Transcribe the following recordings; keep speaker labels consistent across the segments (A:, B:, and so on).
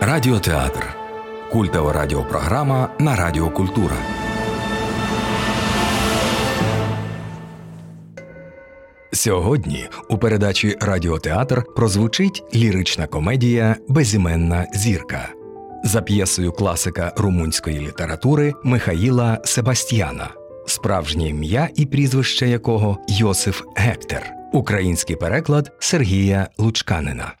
A: Радіотеатр. Культова радіопрограма на Радіо Культура. Сьогодні у передачі Радіотеатр прозвучить лірична комедія Безіменна зірка за п'єсою класика румунської літератури Михаїла Себастьяна, справжнє ім'я і прізвище якого Йосиф Гектер, український переклад Сергія Лучканина.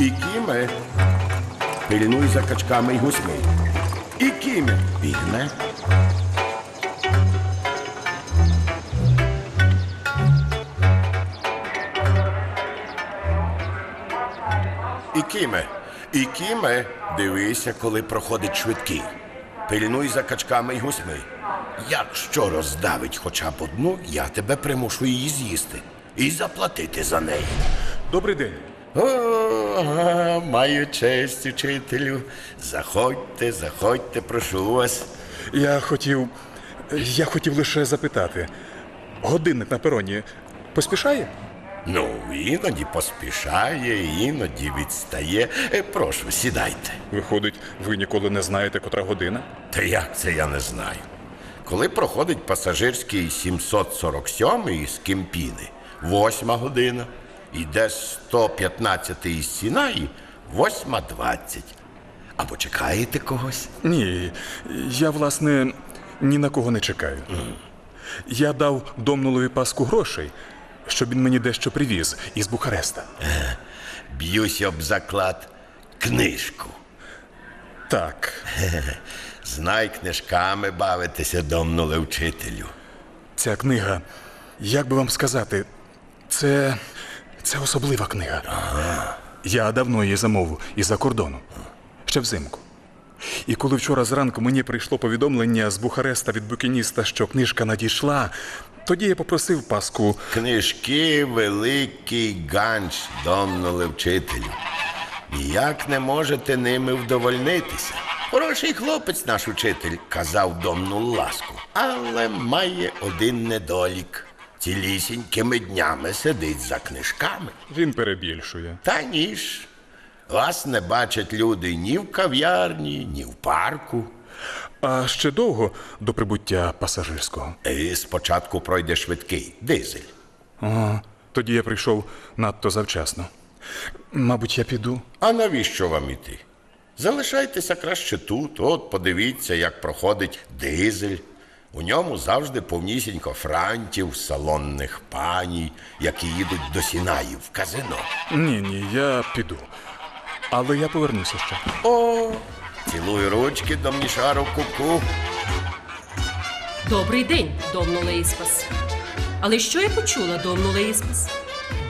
B: Ікіме, пильнуй за качками й гусьми. Ікіме, бігне. Ікіме, Ікіме, дивися, коли проходить швидкий. Пильнуй за качками й гусьми. Якщо роздавить хоча б одну, я тебе примушу її з'їсти і заплатити за неї.
C: Добрий день.
B: О, маю честь, учителю. Заходьте, заходьте, прошу вас.
C: Я хотів. Я хотів лише запитати. Годинник на пероні поспішає?
B: Ну, іноді поспішає, іноді відстає. Е, Прошу, сідайте.
C: Виходить, ви ніколи не знаєте, котра година?
B: Та як це я не знаю. Коли проходить пасажирський 747 із Кемпіни, восьма година, іде 115 із Сінаї, восьма двадцять. Або чекаєте когось?
C: Ні. Я, власне, ні на кого не чекаю. Я дав домнулові паску грошей, щоб він мені дещо привіз із Бухареста.
B: Е, Б'юся об заклад книжку.
C: Так,
B: Знай книжками бавитися, домнуле вчителю.
C: ця книга, як би вам сказати, це. це особлива книга. Я давно її замовив із-за кордону, ще взимку. І коли вчора зранку мені прийшло повідомлення з Бухареста від букініста, що книжка надійшла, тоді я попросив паску.
B: Книжки великий ганч, домнуле вчителю. Ніяк не можете ними вдовольнитися. Хороший хлопець наш учитель, казав домну ласку, але має один недолік. Цілісінькими днями сидить за книжками.
C: Він перебільшує.
B: Та ні ж. Вас не бачать люди ні в кав'ярні, ні в парку.
C: А ще довго до прибуття пасажирського.
B: І Е, спочатку пройде швидкий дизель.
C: Ага, тоді я прийшов надто завчасно. Мабуть, я піду.
B: А навіщо вам іти? Залишайтеся краще тут, от подивіться, як проходить дизель. У ньому завжди повнісінько франтів, салонних паній, які їдуть до Сінаїв в казино.
C: Ні, ні, я піду. Але я повернуся ще.
B: О, цілую ручки, домнішару куку.
D: Добрий день, домну Леїспас. Але що я почула, домну Леїспас?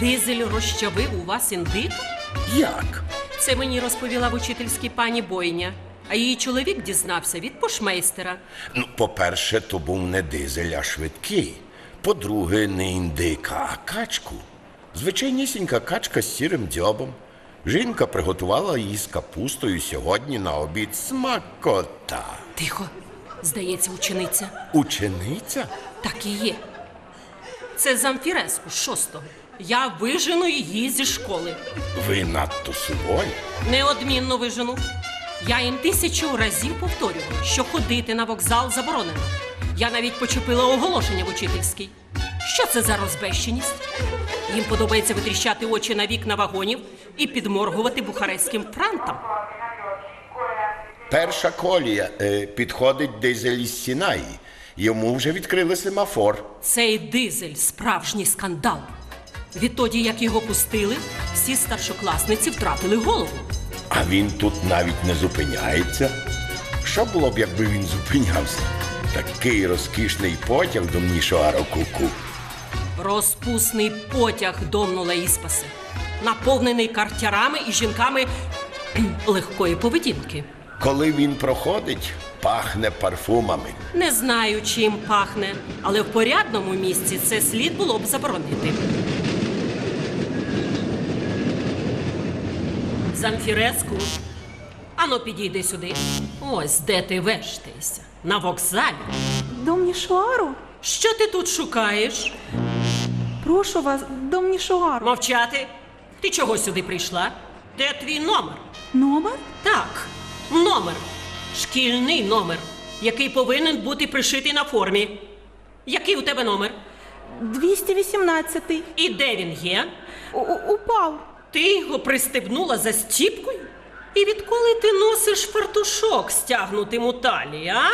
D: Дизель розчавив у вас індик?
B: Як?
D: Це мені розповіла в учительській пані Бойня. А її чоловік дізнався від пошмейстера.
B: Ну, по-перше, то був не дизель, а швидкий. По-друге, не індика, а качку. Звичайнісінька качка з сірим дзьобом. Жінка приготувала її з капустою сьогодні на обід смакота.
D: Тихо, здається, учениця.
B: Учениця?
D: Так і є. Це замфіреску шостого. Я вижену її зі школи.
B: Ви надто суволі.
D: Неодмінно вижену. Я їм тисячу разів повторювала, що ходити на вокзал заборонено. Я навіть почепила оголошення в учительській. Що це за розбещеність? Їм подобається витріщати очі на вікна вагонів і підморгувати бухарестським франтам.
B: Перша колія е, підходить дизель із Сінаї. Йому вже відкрили семафор.
D: Цей дизель справжній скандал. Відтоді, як його пустили, всі старшокласниці втратили голову.
B: А він тут навіть не зупиняється. Що було б, якби він зупинявся? Такий розкішний потяг до мнішого рокуку.
D: Розпусний потяг домнула іспаси, наповнений картярами і жінками кхм, легкої поведінки.
B: Коли він проходить, пахне парфумами.
D: Не знаю, чим пахне, але в порядному місці це слід було б заборонити. Замфіреску. Ану, підійди сюди. Ось де ти вештаєшся. На вокзалі.
E: Домнішуару?
D: Що ти тут шукаєш?
E: Прошу вас, домнішуару.
D: Мовчати? Ти чого сюди прийшла? Де твій номер?
E: Номер?
D: Так, номер. Шкільний номер, який повинен бути пришитий на формі. Який у тебе номер?
E: 218.
D: І де він є?
E: У- у- Упав.
D: Ти його пристебнула за стіпкою? І відколи ти носиш фартушок, стягнутим у талії, а?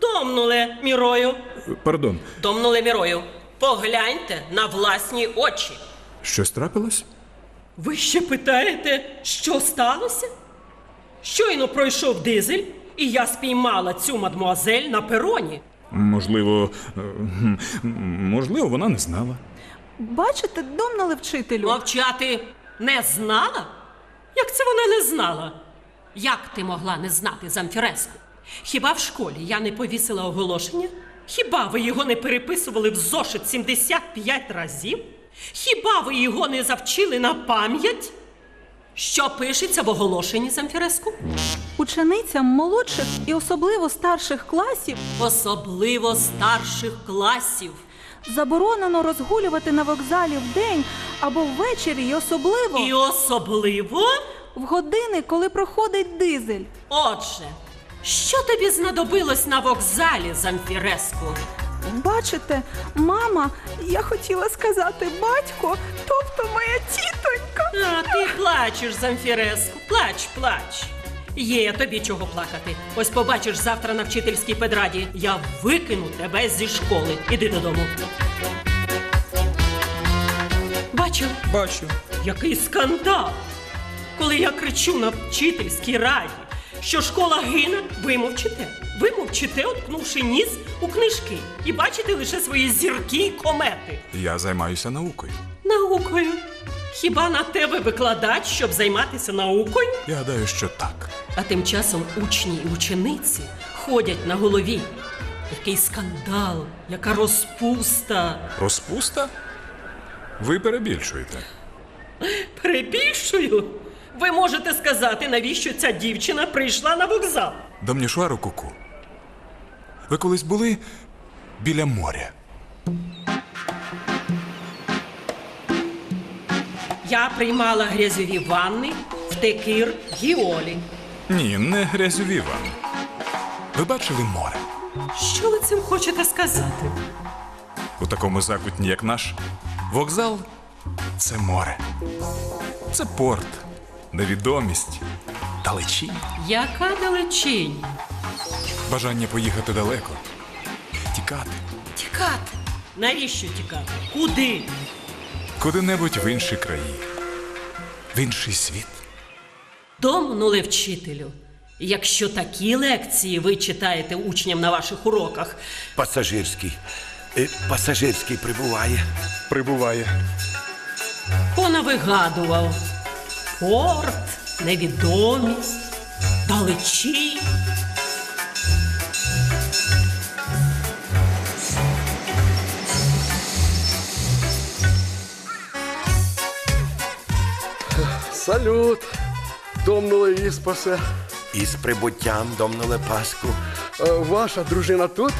D: Домнуле мірою.
C: Пардон,
D: Домнуле мірою. Погляньте на власні очі.
C: щось трапилось?
D: Ви ще питаєте, що сталося? Щойно пройшов дизель, і я спіймала цю мадмуазель на пероні.
C: Можливо, е, гм, можливо, вона не знала.
E: Бачите, домнали вчителю.
D: Мовчати не знала? Як це вона не знала? Як ти могла не знати замфіреску? Хіба в школі я не повісила оголошення? Хіба ви його не переписували в зошит 75 разів? Хіба ви його не завчили на пам'ять? Що пишеться в оголошенні замфіреску?
E: Ученицям молодших і особливо старших класів
D: Особливо старших класів.
E: заборонено розгулювати на вокзалі вдень або ввечері, і особливо
D: І особливо,
E: в години, коли проходить дизель.
D: отже, що тобі знадобилось на вокзалі замфіреску?
E: Бачите, мама, я хотіла сказати батько, тобто моя тітонька.
D: А, ти плачеш, Замфіреску, плач, плач. Є тобі чого плакати. Ось побачиш завтра на вчительській педраді. Я викину тебе зі школи. Іди додому. Бачив,
F: Бачу.
D: який скандал. Коли я кричу на вчительській раді, що школа гине, ви мовчите. Ви мовчите, уткнувши ніс у книжки, і бачите лише свої зірки і комети
C: Я займаюся наукою.
D: наукою. Хіба на тебе викладач, щоб займатися наукою?
C: Я гадаю, що так.
D: А тим часом учні і учениці ходять на голові. Який скандал, яка розпуста.
C: Розпуста? Ви перебільшуєте.
D: Перебільшую. Ви можете сказати, навіщо ця дівчина прийшла на вокзал?
C: Домнішуару куку. Ви колись були біля моря.
D: Я приймала грязьові ванни в текір гіолі.
C: Ні, не грязьові вам. Ви бачили море?
D: Що ви цим хочете сказати?
C: У такому закутні, як наш, вокзал це море. Це порт, невідомість, далечінь,
D: Яка далечінь?
C: бажання поїхати далеко, тікати
D: Тікати. Навіщо тікати? Куди?
C: куди-небудь в інші краї, в інший світ.
D: Домнуле вчителю. Якщо такі лекції ви читаєте учням на ваших уроках,
B: Пасажирський. Е, Пасажирський прибуває.
C: Прибуває.
D: понавигадував. Порт, невідомість, далечі.
G: Салют! Домнуле Віспасе.
B: Із прибуттям домнуле Паску.
G: Е, Ваша дружина тут?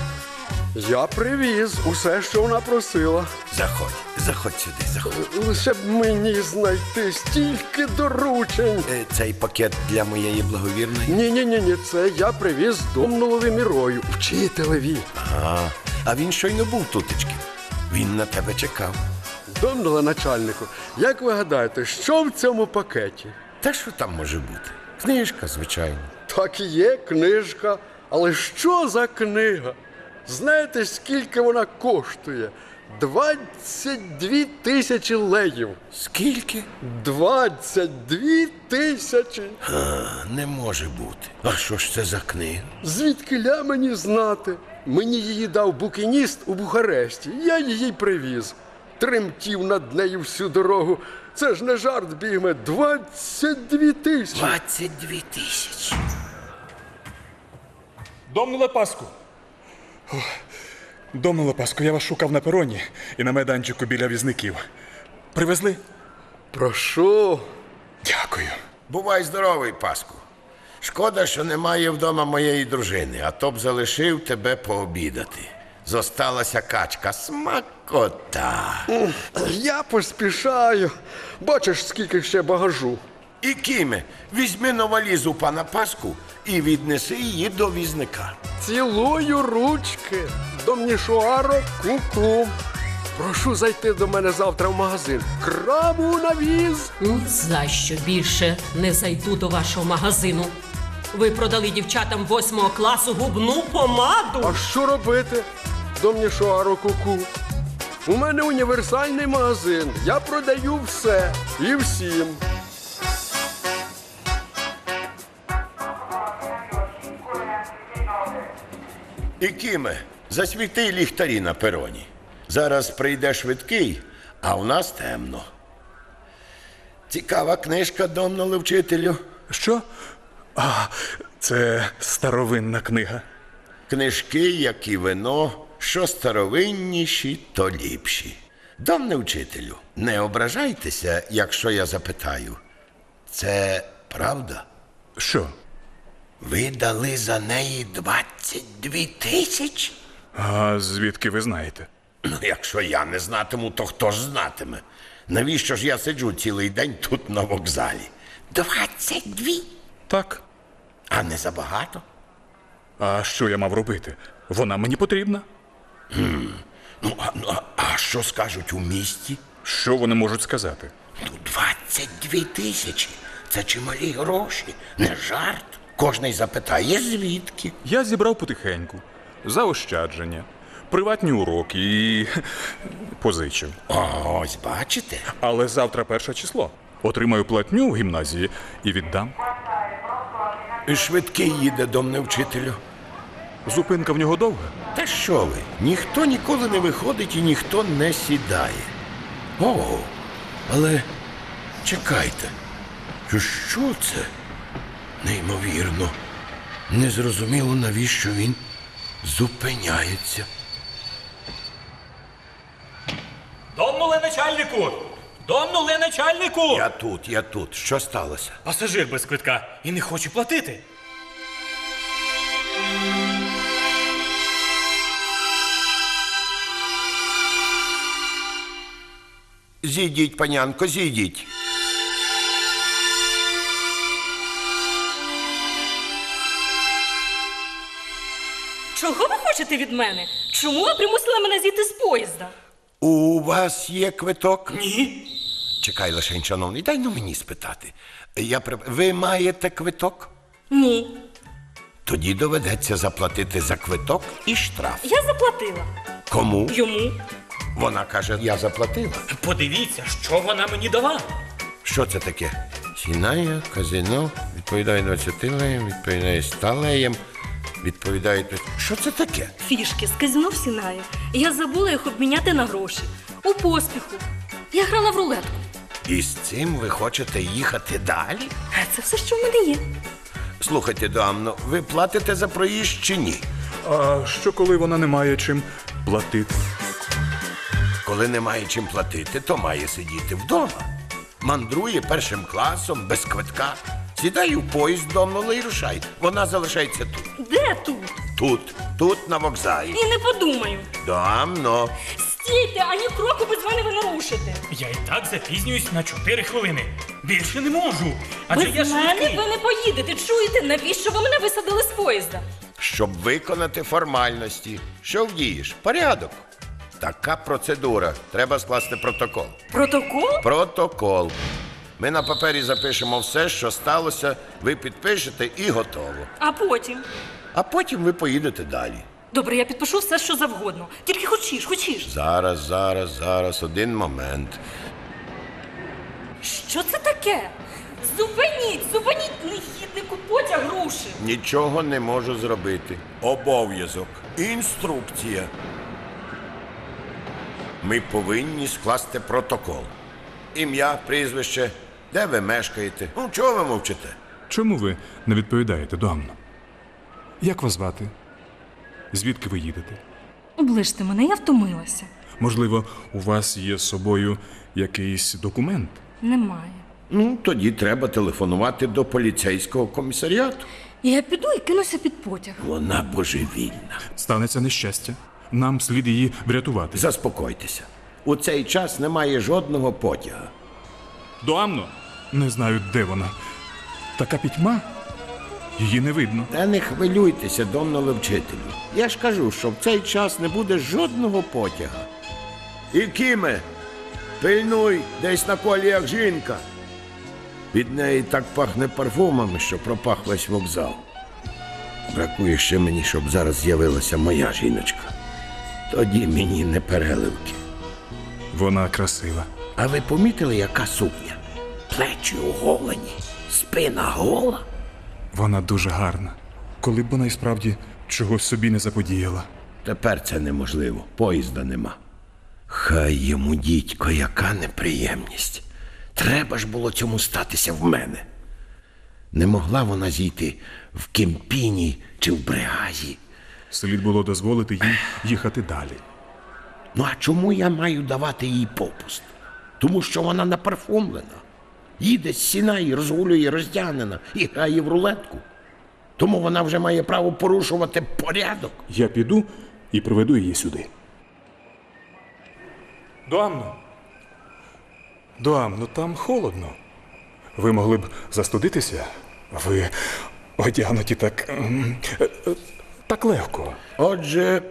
G: Я привіз усе, що вона просила.
B: Заходь, заходь сюди, заходь.
G: Лише б мені знайти стільки доручень.
B: Е, Цей пакет для моєї благовірної.
G: Ні, ні, ні, ні, це я привіз Домнулові мірою, вчителеві.
B: А, а він щойно був тутечки. Він на тебе чекав.
G: Домнуле начальнику. Як ви гадаєте, що в цьому пакеті?
B: Та що там може бути? Книжка, звичайно.
G: Так і є книжка, але що за книга? Знаєте, скільки вона коштує? 22 тисячі леїв.
B: Скільки?
G: 22 тисячі.
B: А, не може бути. А що ж це за книга?
G: Звідки ля мені знати? Мені її дав букиніст у Бухаресті. Я її й привіз. Тремтів над нею всю дорогу. Це ж не жарт бігме. 22 тисячі.
B: 22 тисячі.
C: Домнуле Паску. Домнуле Паску, я вас шукав на пероні і на майданчику біля візників. Привезли?
G: Прошу,
C: Дякую.
B: Бувай здоровий, Паску. Шкода, що немає вдома моєї дружини, а то б залишив тебе пообідати. Зосталася качка, смакота.
G: я поспішаю. Бачиш, скільки ще багажу.
B: І кіме, візьми на валізу пана Паску і віднеси її до візника.
G: Цілую ручки. Домнішуаро ку-ку. Прошу зайти до мене завтра в магазин. Крабу на віз.
D: Ні Ну, За що більше не зайду до вашого магазину. Ви продали дівчатам восьмого класу губну помаду.
G: А що робити? Домнішуаро ку-ку. У мене універсальний магазин. Я продаю все і всім.
B: І кіме, засвіти ліхтарі на пероні. Зараз прийде швидкий, а в нас темно. Цікава книжка, домнули вчителю.
C: Що? А, це Е, старовинна книга.
B: Книжки, як і вино, що старовинніші, то ліпші. Домне вчителю, не ображайтеся, якщо я запитаю. Це правда?
C: Що?
B: Ви дали за неї 22 тисячі?
C: А звідки ви знаєте?
B: Ну, якщо я не знатиму, то хто ж знатиме? Навіщо ж я сиджу цілий день тут на вокзалі? 22?
C: Так.
B: А не забагато?
C: А що я мав робити? Вона мені потрібна.
B: Ну, а, ну, а- а що скажуть у місті?
C: Що вони можуть сказати?
B: Ну, 22 тисячі. Це чималі гроші, не жарт. Кожний запитає, звідки.
C: Я зібрав потихеньку, заощадження, приватні уроки і позичив.
B: О, ось бачите.
C: Але завтра перше число. Отримаю платню в гімназії і віддам.
B: І Швидкий їде до мене вчителю.
C: Зупинка в нього довга.
B: Та що ви? Ніхто ніколи не виходить і ніхто не сідає. О, але чекайте. Що це? Неймовірно. Незрозуміло, навіщо він зупиняється.
F: Домнули начальнику! Домнули начальнику!
B: Я тут, я тут. Що сталося?
F: Пасажир без квитка і не хоче платити.
B: Зійдіть, панянко, зійдіть.
H: Чого ви хочете від мене? Чому ви примусили мене зійти з поїзда?
B: У вас є квиток? Ні. Чекай, лишень, шановний, дай ну мені спитати. Я прип- Ви маєте квиток?
H: Ні,
B: Тоді доведеться заплатити за квиток і штраф.
H: я заплатила
B: Кому?
H: йому.
B: Вона каже, я заплатила.
F: Подивіться, що вона мені дала.
B: Що це таке? Сінає, казино, відповідає 20 леєм, відповідає 100 леєм, відповідає. Що це таке?
H: Фішки з казино в Сінаї. Я забула їх обміняти на гроші. У поспіху. Я грала в рулетку.
B: І з цим ви хочете їхати далі?
H: А Це все, що в мене є.
B: Слухайте, дамно, ви платите за проїзд чи ні?
C: А що коли вона не має чим платити?
B: Коли немає чим платити, то має сидіти вдома. Мандрує першим класом, без квитка. Сідає в поїзд домнули і рушай. Вона залишається тут.
H: Де тут?
B: Тут, тут на вокзалі.
H: І не подумаю.
B: Дамно.
H: Стійте, ані кроку без мене ви не рушите.
F: Я і так запізнююсь на 4 хвилини. Більше не можу. Адже я
H: Без мене
F: швидкий.
H: ви не поїдете. Чуєте, навіщо ви мене висадили з поїзда?
B: Щоб виконати формальності. Що вдієш? Порядок. Така процедура. Треба скласти протокол.
H: Протокол?
B: Протокол. Ми на папері запишемо все, що сталося, ви підпишете і готово.
H: А потім.
B: А потім ви поїдете далі.
H: Добре, я підпишу все, що завгодно. Тільки хочеш, хочеш.
B: Зараз, зараз, зараз, один момент.
H: Що це таке? Зупиніть, зупиніть негіднику потяг рушив.
B: Нічого не можу зробити. Обов'язок. Інструкція. Ми повинні скласти протокол. Ім'я, прізвище, де ви мешкаєте. Ну, чого ви мовчите?
C: Чому ви не відповідаєте, Дуанно? Як вас звати? Звідки ви їдете?
H: Оближте мене, я втомилася.
C: Можливо, у вас є з собою якийсь документ?
H: Немає.
B: Ну, тоді треба телефонувати до поліцейського комісаріату.
H: Я піду і кинуся під потяг.
B: Вона божевільна.
C: Станеться нещастя. Нам слід її врятувати.
B: Заспокойтеся. У цей час немає жодного потяга.
C: Доамно? Не знаю, де вона. Така пітьма? Її не видно.
B: Та не хвилюйтеся, домнуле вчителю. Я ж кажу, що в цей час не буде жодного потяга. І кіме, пильнуй десь на коліях жінка. Від неї так пахне парфумами, що пропах весь вокзал. Бракує ще мені, щоб зараз з'явилася моя жіночка. Тоді мені не переливки.
C: Вона красива.
B: А ви помітили, яка сукня? Плечі оголені, спина гола.
C: Вона дуже гарна. Коли б вона і справді чогось собі не заподіяла.
B: Тепер це неможливо, поїзда нема. Хай йому, дідько, яка неприємність. Треба ж було цьому статися в мене. Не могла вона зійти в Кемпіні чи в Бригазі.
C: Слід було дозволити їй їхати далі.
B: Ну а чому я маю давати їй попуст? Тому що вона напарфумлена. Їде з сіна і розгулює роздягнена і грає в рулетку. Тому вона вже має право порушувати порядок.
C: Я піду і приведу її сюди. Доамно. Доамно, ну там холодно. Ви могли б застудитися? Ви одягнуті так. ем, е, е, так легко.
B: Отже,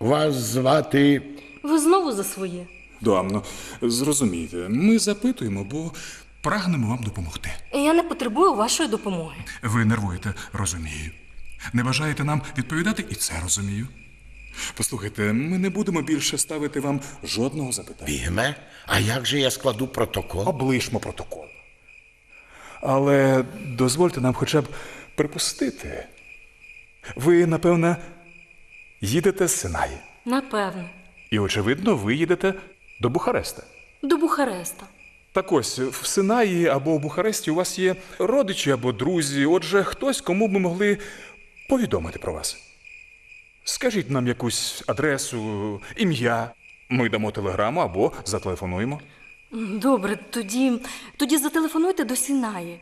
B: вас звати
H: Ви знову за своє.
C: Доамно, ну, зрозумійте, ми запитуємо, бо прагнемо вам допомогти.
H: Я не потребую вашої допомоги.
C: Ви нервуєте, розумію. Не бажаєте нам відповідати, і це розумію. Послухайте, ми не будемо більше ставити вам жодного запитання.
B: Бігме, а як же я складу протокол?
C: облишмо протокол. Але дозвольте нам хоча б припустити. Ви, напевно, їдете з Синаї.
H: Напевно.
C: І, очевидно, ви їдете до Бухареста.
H: До Бухареста.
C: Так ось, в Синаї або в Бухаресті у вас є родичі або друзі, отже, хтось, кому б ми могли повідомити про вас. Скажіть нам якусь адресу, ім'я. Ми дамо телеграму або зателефонуємо.
H: Добре, тоді, тоді зателефонуйте до Сінаї,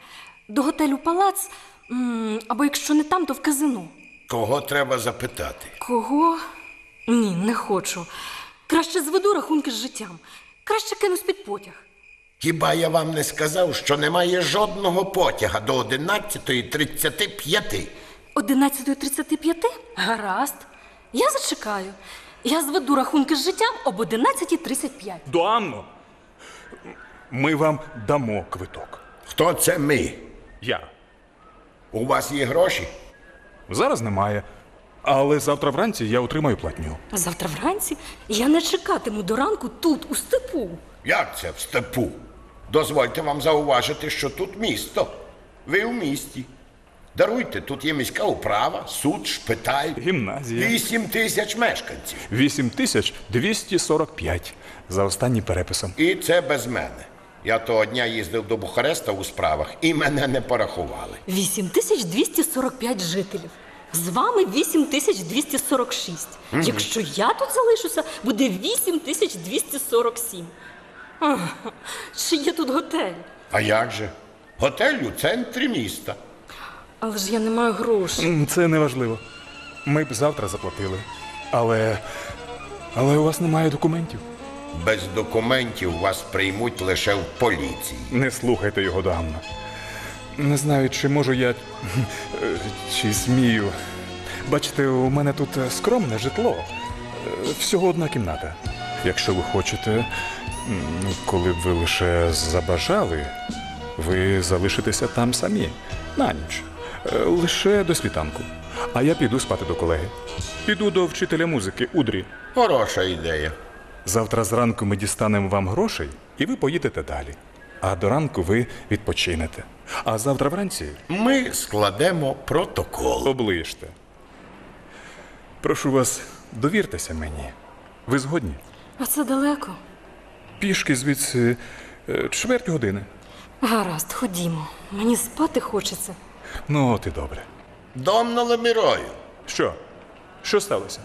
H: до готелю Палац, м, або якщо не там, то в казино.
B: Кого треба запитати?
H: Кого? Ні, не хочу. Краще зведу рахунки з життям. Краще кинусь під потяг.
B: Хіба я вам не сказав, що немає жодного потяга до 11.35?
H: 11.35? Гаразд. Я зачекаю. Я зведу рахунки з життям об 11.35.
C: Доанно! Ми вам дамо квиток.
B: Хто це ми?
C: Я.
B: У вас є гроші?
C: Зараз немає. Але завтра вранці я отримаю платню.
H: Завтра вранці я не чекатиму до ранку тут, у степу.
B: Як це в степу? Дозвольте вам зауважити, що тут місто. Ви у місті. Даруйте, тут є міська управа, суд, шпиталь.
C: Гімназія.
B: Вісім тисяч мешканців.
C: 8245 за останнім переписом.
B: І це без мене. Я того дня їздив до Бухареста у справах і мене не порахували.
H: 8245 жителів. З вами 8246. Якщо я тут залишуся, буде 8247. Ах, Чи є тут готель?
B: А як же? Готель у центрі міста.
H: Але ж я не маю грошей.
C: М, Це не важливо. Ми б завтра заплатили. Але. Але у вас немає документів.
B: Без документів вас приймуть лише в поліції.
C: Не слухайте його давно. Не знаю, чи можу я. е, чи змію. Бачите, у мене тут е, скромне житло. Е, Всього одна кімната. Якщо ви хочете, м, ну, коли б ви лише забажали, ви залишитеся там самі на ніч. Е, Лише до світанку. А я піду спати до колеги. Піду до вчителя музики Удрі.
B: Хороша ідея.
C: Завтра зранку ми дістанемо вам грошей, і ви поїдете далі. А до ранку ви відпочинете. А завтра вранці
B: Ми складемо протокол.
C: оближте. Прошу вас, довіртеся мені. Ви згодні?
H: А це далеко.
C: Пішки звідси е, чверть години.
H: Гаразд, ходімо. Мені спати хочеться.
C: Ну, от і добре.
B: Домна Лемірою,
C: Що? Що сталося?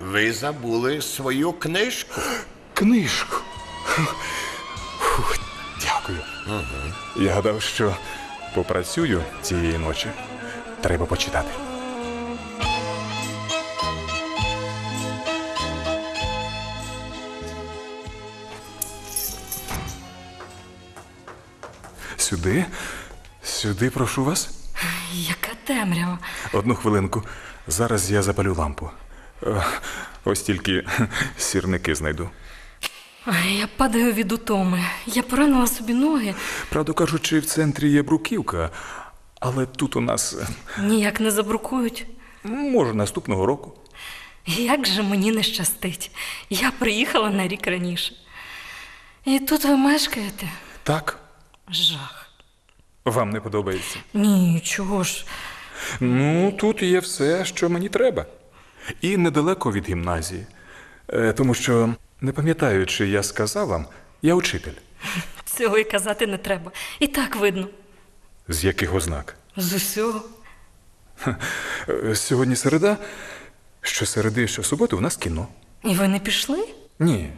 B: Ви забули свою книжку.
C: Книжку. Фух, дякую. Я гадав, що попрацюю цієї ночі. Треба почитати. Сюди? Сюди, прошу вас.
H: Яка темрява.
C: Одну хвилинку. Зараз я запалю лампу. Е, Ось тільки сірники знайду.
H: Ай, я падаю від утоми. Я поранила собі ноги.
C: Правду кажучи, в центрі є бруківка, але тут у нас е,
H: Ніяк не забрукують.
C: може наступного року.
H: Як же мені не щастить. Я приїхала на рік раніше. І тут ви мешкаєте?
C: Так,
H: Жах.
C: вам не подобається.
H: Ні, чого ж.
C: Ну, тут є все, що мені треба. І недалеко від гімназії. Е, Тому що, не пам'ятаю, чи я сказав вам, я учитель.
H: Цього і казати не треба. І так видно.
C: З яких ознак?
H: З усього.
C: Е, Сьогодні середа, щосереди, що суботи у нас кіно.
H: І ви не пішли?
C: Ні,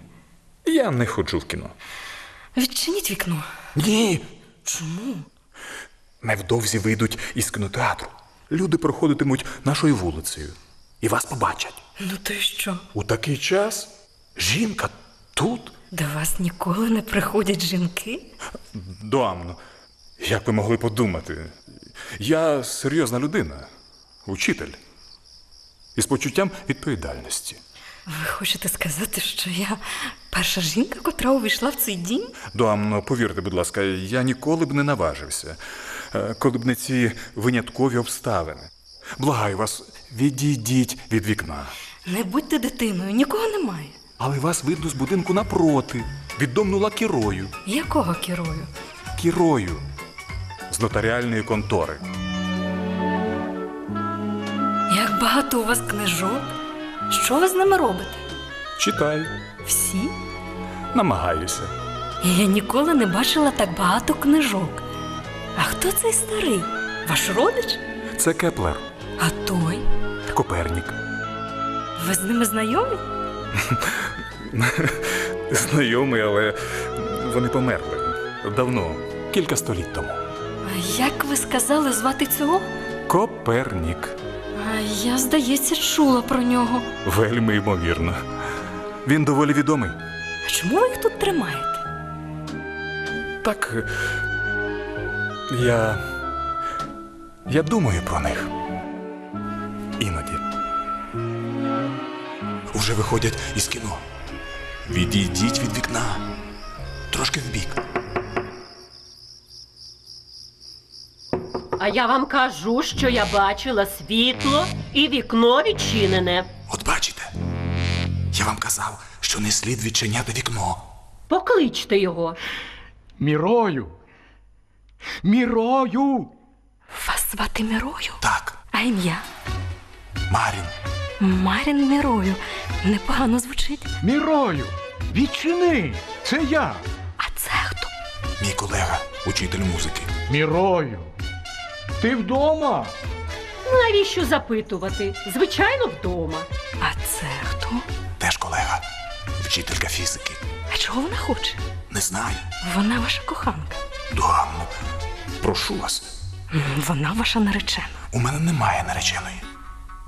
C: я не ходжу в кіно.
H: Відчиніть вікно.
C: Ні. Чому? Невдовзі вийдуть із кінотеатру. Люди проходитимуть нашою вулицею і вас побачать.
H: Ну то й що?
C: У такий час жінка тут.
H: До вас ніколи не приходять жінки?
C: Доамно. Як ви могли подумати? Я серйозна людина, учитель. Із почуттям відповідальності.
H: Ви хочете сказати, що я перша жінка, котра увійшла в цей дім?
C: Доамно, повірте, будь ласка, я ніколи б не наважився, е, коли б не ці виняткові обставини. Благаю вас, відійдіть від вікна.
H: Не будьте дитиною, нікого немає.
C: Але вас видно з будинку напроти. Віддомнула кірою.
H: Якого керую?
C: Кірою. З нотаріальної контори.
H: Як багато у вас книжок? Що ви з ними робите?
C: Читаю.
H: Всі?
C: Намагаюся.
H: Я ніколи не бачила так багато книжок. А хто цей старий? Ваш родич?
C: Це Кеплер,
H: А той?
C: Копернік.
H: Ви з ними знайомі?
C: Знайомий, але вони померли. Давно, кілька століть тому.
H: А Як ви сказали звати цього?
C: Копернік.
H: А Я, здається, чула про нього.
C: Вельми ймовірно. Він доволі відомий.
H: А чому ви їх тут тримаєте?
C: Так. е, Я. Я думаю про них. Іноді. Уже виходять із кіно. Відійдіть від вікна. Трошки вбік.
I: А я вам кажу, що я бачила світло і вікно відчинене.
C: От бачите. Я вам казав, що не слід відчиняти вікно.
I: Покличте його.
J: Мірою. Мірою.
H: Вас звати Мірою?
C: Так,
H: А ім'я?
C: Марін.
H: Марін Мірою. Непогано звучить.
J: Мірою. Відчини. Це я.
H: А це хто?
C: Мій колега, учитель музики.
J: Мірою. Ти вдома?
I: Ну, Навіщо запитувати? Звичайно, вдома.
H: А це хто?
C: Теж колега. Вчителька фізики.
H: А чого вона хоче?
C: Не знаю.
H: Вона ваша коханка.
C: Дуамно. Прошу вас.
H: Вона ваша наречена.
C: У мене немає нареченої.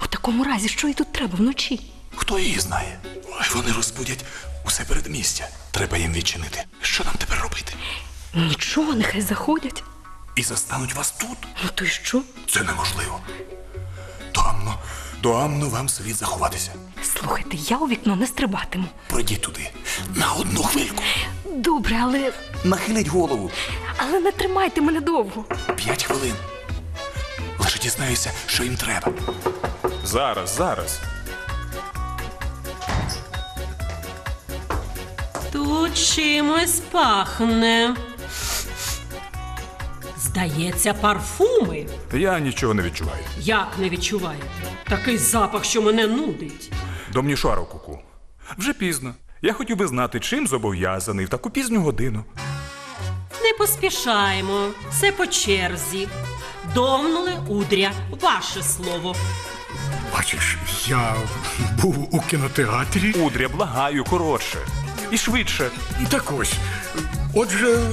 H: У такому разі, що їй тут треба вночі?
C: Хто її знає? Ой, Вони розбудять усе передмістя. Треба їм відчинити. Що нам тепер робити?
H: Нічого, нехай заходять.
C: І застануть вас тут?
H: Ну то й що?
C: Це неможливо. Доамно, доамно вам слід заховатися.
H: Слухайте, я у вікно не стрибатиму.
C: Пройдіть туди. На одну хвильку.
H: Добре, але.
C: Нахиліть голову.
H: Але не тримайте мене довго.
C: П'ять хвилин. Лише дізнаюся, що їм треба. Зараз, зараз.
D: Тут чимось пахне. Здається, парфуми.
C: Я нічого не відчуваю.
D: Як не відчуваю? Такий запах, що мене нудить.
C: До мнішару куку. Вже пізно. Я хотів би знати, чим зобов'язаний в таку пізню годину.
D: Не поспішаємо. Все по черзі. Домнули удря. Ваше слово.
K: Бачиш, я був у кінотеатрі. Удря, благаю, коротше. І швидше. Так ось. Отже,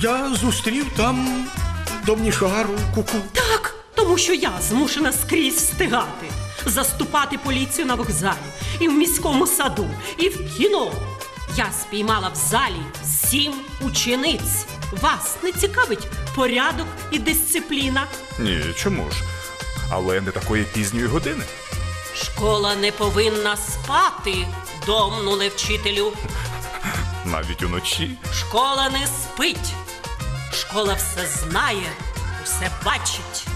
K: я зустрів там Домнішагару куку.
D: Так, тому що я змушена скрізь встигати, заступати поліцію на вокзалі, і в міському саду, і в кіно. Я спіймала в залі сім учениць. Вас не цікавить порядок і дисципліна.
C: Ні, чому ж? Але не такої пізньої години.
D: Школа не повинна спати, домнуле вчителю.
C: Навіть уночі.
D: Школа не спить. Школа все знає, все бачить.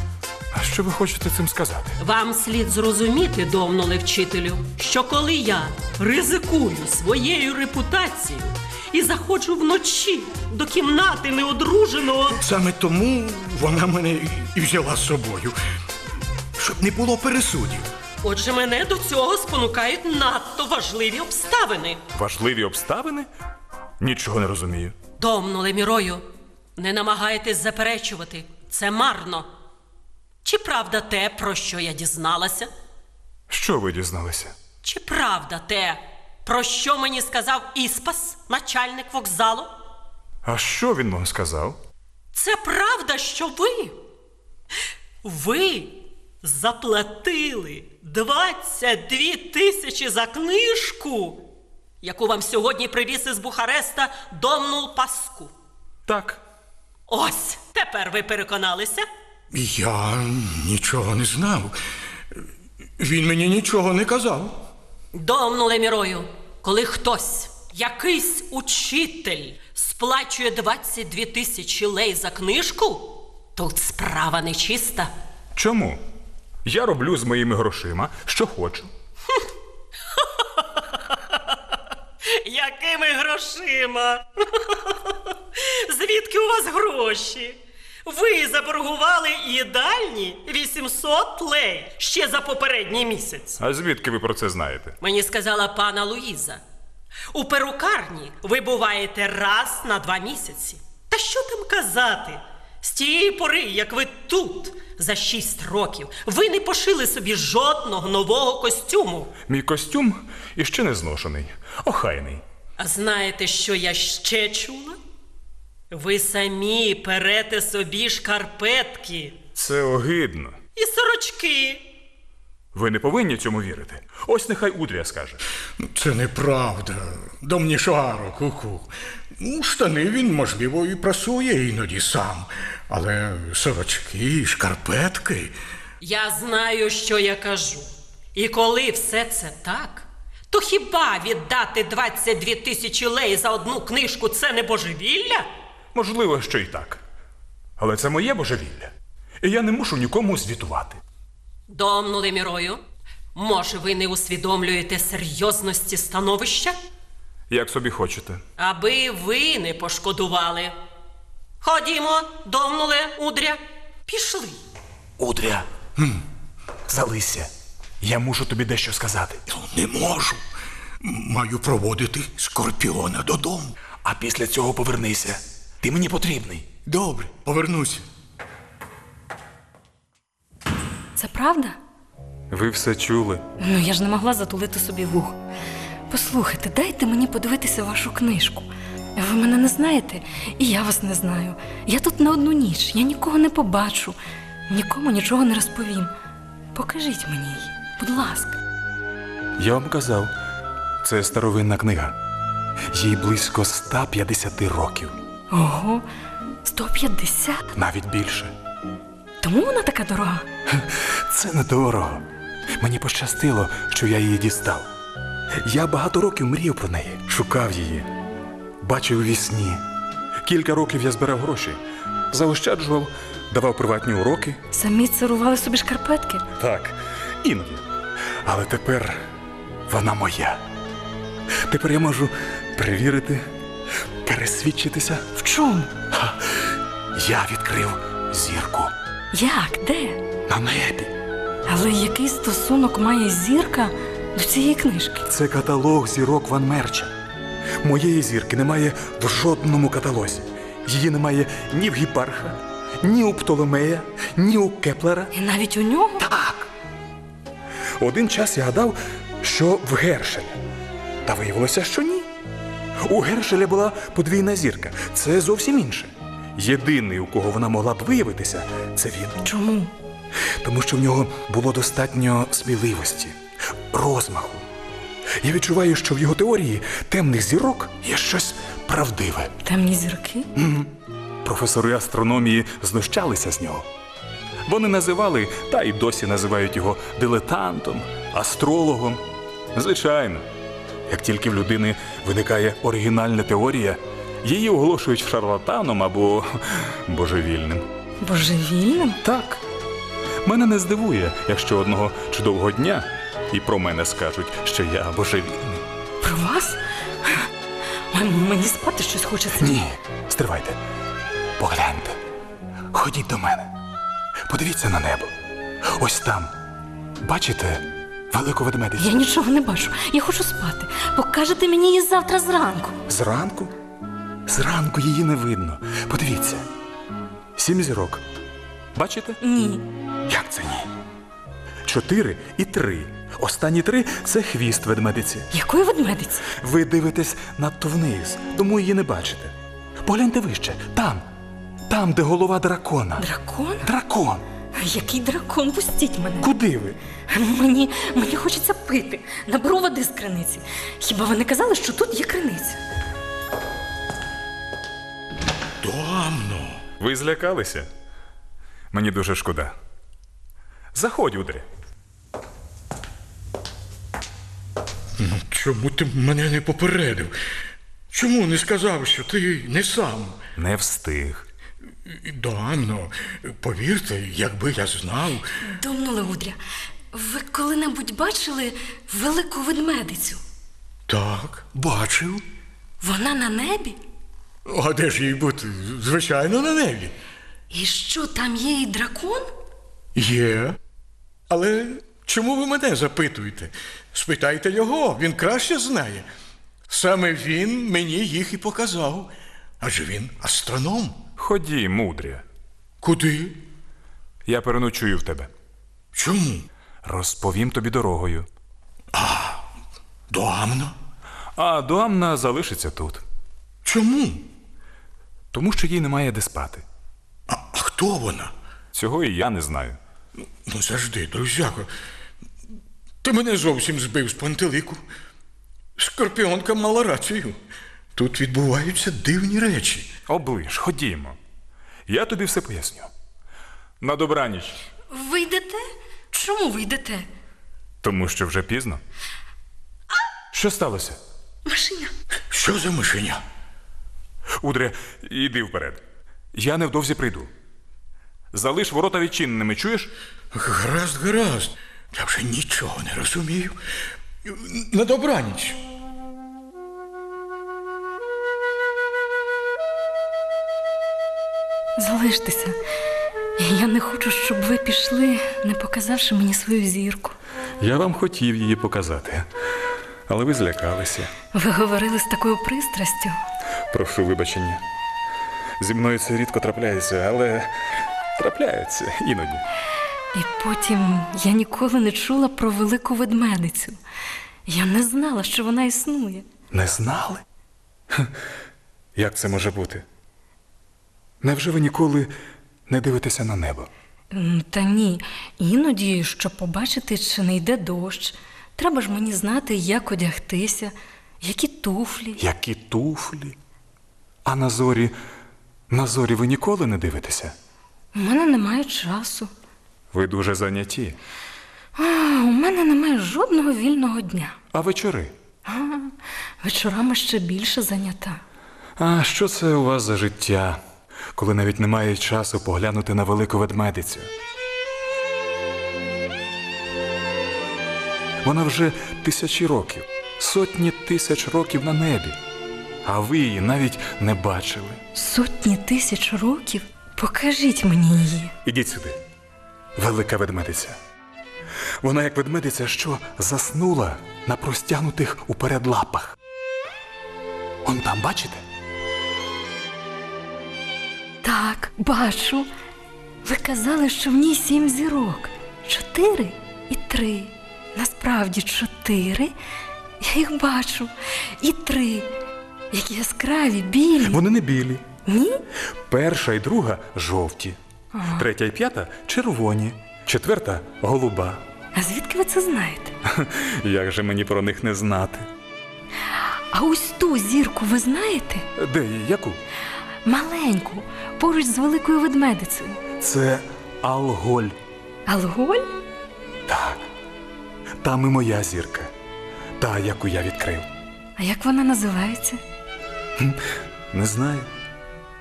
C: А що ви хочете цим сказати?
D: Вам слід зрозуміти, довнуле вчителю, що коли я ризикую своєю репутацією і заходжу вночі до кімнати неодруженого.
K: Саме тому вона мене і- і взяла з собою, щоб не було пересудів.
D: Отже, мене до цього спонукають надто важливі обставини.
C: Важливі обставини? Нічого не розумію.
D: Домнуле мірою, не намагайтесь заперечувати. Це марно. Чи правда те, про що я дізналася?
C: Що ви дізналися?
D: Чи правда те, про що мені сказав Іспас, начальник вокзалу?
C: А що він вам сказав?
D: Це правда, що ви? Ви заплатили 22 тисячі за книжку, яку вам сьогодні привіз із Бухареста Домнул Паску.
C: Так.
D: Ось тепер ви переконалися?
K: Я нічого не знав. Він мені нічого не казав.
D: Домнуле мірою, коли хтось, якийсь учитель, сплачує 22 тисячі лей за книжку, тут справа нечиста.
C: Чому? Я роблю з моїми грошима, що хочу.
D: Якими грошима? Звідки у вас гроші? Ви заборгували їдальні 800 лей ще за попередній місяць.
C: А звідки ви про це знаєте?
D: Мені сказала пана Луїза. У перукарні ви буваєте раз на два місяці. Та що там казати? З тієї пори, як ви тут за шість років, ви не пошили собі жодного нового костюму.
C: Мій костюм іще не зношений, охайний.
D: А знаєте, що я ще чула? Ви самі перете собі шкарпетки
C: Це огидно.
D: і сорочки.
C: Ви не повинні цьому вірити. Ось нехай Удрія скаже.
K: Ну, Це неправда. Домнішагару куку. Ну, Штани він, можливо, і прасує іноді сам. Але сорочки, шкарпетки.
D: Я знаю, що я кажу. І коли все це так, то хіба віддати 22 тисячі лей за одну книжку це не божевілля?
C: Можливо, що і так. Але це моє божевілля. І я не мушу нікому звітувати.
D: Домну Лемірою, може, ви не усвідомлюєте серйозності становища?
C: Як собі хочете.
D: Аби ви не пошкодували. Ходімо, домнуле, удря. Пішли.
C: Удря. Залися. Я мушу тобі дещо сказати.
K: Ну, Не можу. Маю проводити скорпіона додому.
C: А після цього повернися. Ти мені потрібний.
K: Добре, повернуся.
H: Це правда?
C: Ви все чули.
H: Ну я ж не могла затулити собі вух. Послухайте, дайте мені подивитися вашу книжку. Ви мене не знаєте, і я вас не знаю. Я тут на одну ніч, я нікого не побачу, нікому нічого не розповім. Покажіть мені її, будь ласка.
C: Я вам казав, це старовинна книга. Їй близько 150 років,
H: Ого, 150?
C: навіть більше.
H: Тому вона така дорога.
C: Це недорого. Мені пощастило, що я її дістав. Я багато років мріяв про неї, шукав її, бачив у вісні. Кілька років я збирав гроші, заощаджував, давав приватні уроки.
H: Самі царували собі шкарпетки.
C: Так, іноді. Але тепер вона моя. Тепер я можу перевірити, пересвідчитися.
H: В чому?
C: Ха, Я відкрив зірку
H: Як? Де?
C: на небі.
H: Але який стосунок має зірка до цієї книжки?
C: Це каталог зірок Ван Мерча. Моєї зірки немає в жодному каталозі. Її немає ні в гіпарха, ні у Птолемея, ні у Кеплера.
H: І навіть у нього?
C: Так. Один час я гадав, що в Гершеля. Та виявилося, що ні. У Гершеля була подвійна зірка. Це зовсім інше. Єдиний, у кого вона могла б виявитися, це він.
H: Чому?
C: Тому що в нього було достатньо сміливості, розмаху. Я відчуваю, що в його теорії темних зірок є щось правдиве.
H: Темні зірки?
C: Мгм. Професори астрономії знущалися з нього. Вони називали та й досі називають його дилетантом, астрологом. Звичайно, як тільки в людини виникає оригінальна теорія, її оголошують шарлатаном або божевільним.
H: Божевільним?
C: Так. Мене не здивує, якщо одного чудового дня і про мене скажуть, що я божевільний.
H: Про вас? Ой, Мені спати щось хочеться.
C: Ні, стривайте. Погляньте. Ходіть до мене. Подивіться на небо. Ось там. Бачите велику ведмедицю?
H: Я нічого не бачу. Я хочу спати. Покажете мені її завтра зранку.
C: Зранку? Зранку її не видно. Подивіться. Сім зірок. Бачите?
H: Ні.
C: Як це ні? Чотири і три. Останні три це хвіст ведмедиці.
H: Якої ведмедиці?
C: Ви дивитесь надто вниз, тому її не бачите. Погляньте вище, там. Там, де голова дракона.
H: Дракон?
C: Дракон.
H: Який дракон? Пустіть мене.
C: Куди ви?
H: Мені, мені хочеться пити. Наберу води з криниці. Хіба ви не казали, що тут є криниця?
C: Домно. Ви злякалися? Мені дуже шкода. Заходь, Удрі.
K: Ну, чому ти мене не попередив? Чому не сказав, що ти не сам?
C: Не встиг.
K: Давно, повірте, якби я знав.
H: Домно Леудря, ви коли-небудь бачили велику ведмедицю?
K: Так, бачив.
H: Вона на небі?
K: А де ж їй бути? Звичайно, на небі.
H: І що там є і дракон?
K: Є. Але чому ви мене запитуєте? Спитайте його, він краще знає. Саме він мені їх і показав. Адже він астроном.
C: Ході, мудря.
K: Куди?
C: Я переночую в тебе.
K: Чому?
C: Розповім тобі дорогою.
K: До Амна?
C: А до Амна залишиться тут.
K: Чому?
C: Тому що їй немає де спати.
K: А хто вона?
C: Цього і я не знаю.
K: Ну, завжди, друзяко. Ти мене зовсім збив з пантелику. Скорпіонка мала рацію. Тут відбуваються дивні речі.
C: Оближ, ходімо. Я тобі все поясню. На добраніч.
H: Ви йдете? Чому ви йдете?
C: Тому що вже пізно. Що сталося?
H: Машина.
K: Що за мишеня?
C: Удре, іди вперед. Я невдовзі прийду. Залиш ворота відчиненими, чуєш?
K: Гаразд, гаразд. Я вже нічого не розумію. На добраніч.
H: Залиштеся. Я не хочу, щоб ви пішли, не показавши мені свою зірку.
C: Я вам хотів її показати, але ви злякалися.
H: Ви говорили з такою пристрастю.
C: Прошу вибачення. Зі мною це рідко трапляється, але трапляється іноді.
H: І потім я ніколи не чула про велику ведмедицю. Я не знала, що вона існує.
C: Не знали? Ха, Як це може бути? Невже ви ніколи не дивитеся на небо?
H: М, Та ні, іноді, щоб побачити, чи не йде дощ, треба ж мені знати, як одягтися, які туфлі.
C: Які туфлі? А на зорі, на зорі ви ніколи не дивитеся?
H: У мене немає часу.
C: Ви дуже зайняті.
H: А, у мене немає жодного вільного дня.
C: А вечори?
H: А, вечорами ще більше зайнята.
C: А що це у вас за життя, коли навіть немає часу поглянути на велику ведмедицю? Вона вже тисячі років, сотні тисяч років на небі, а ви її навіть не бачили.
H: Сотні тисяч років. Покажіть мені її.
C: Ідіть сюди. Велика ведмедиця. Вона, як ведмедиця, що заснула на простягнутих уперед лапах. Он там, бачите?
H: Так, бачу. Ви казали, що в ній сім зірок. Чотири і три. Насправді чотири. Я їх бачу. І три. Які яскраві, білі.
C: Вони не білі.
H: Ні?
C: Перша і друга жовті,
H: Ага.
C: третя і п'ята червоні, четверта голуба.
H: А звідки ви це знаєте?
C: Як же мені про них не знати?
H: А ось ту зірку ви знаєте?
C: Де яку?
H: Маленьку, поруч з великою ведмедицею.
C: Це алголь.
H: Алголь?
C: Так. Там і моя зірка. Та, яку я відкрив.
H: А як вона називається?
C: Не знаю.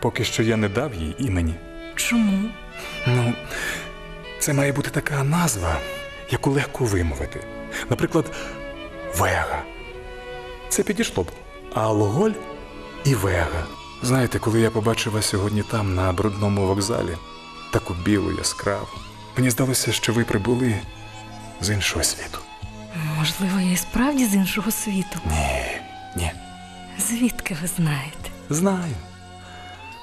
C: Поки що я не дав їй імені.
H: Чому?
C: Ну, це має бути така назва, яку легко вимовити. Наприклад, вега. Це підійшло б. Алголь і вега. Знаєте, коли я побачив вас сьогодні там, на брудному вокзалі, таку білу яскраву, мені здалося, що ви прибули з іншого світу.
H: Можливо, я і справді з іншого світу.
C: Ні, ні.
H: Звідки ви знаєте?
C: Знаю.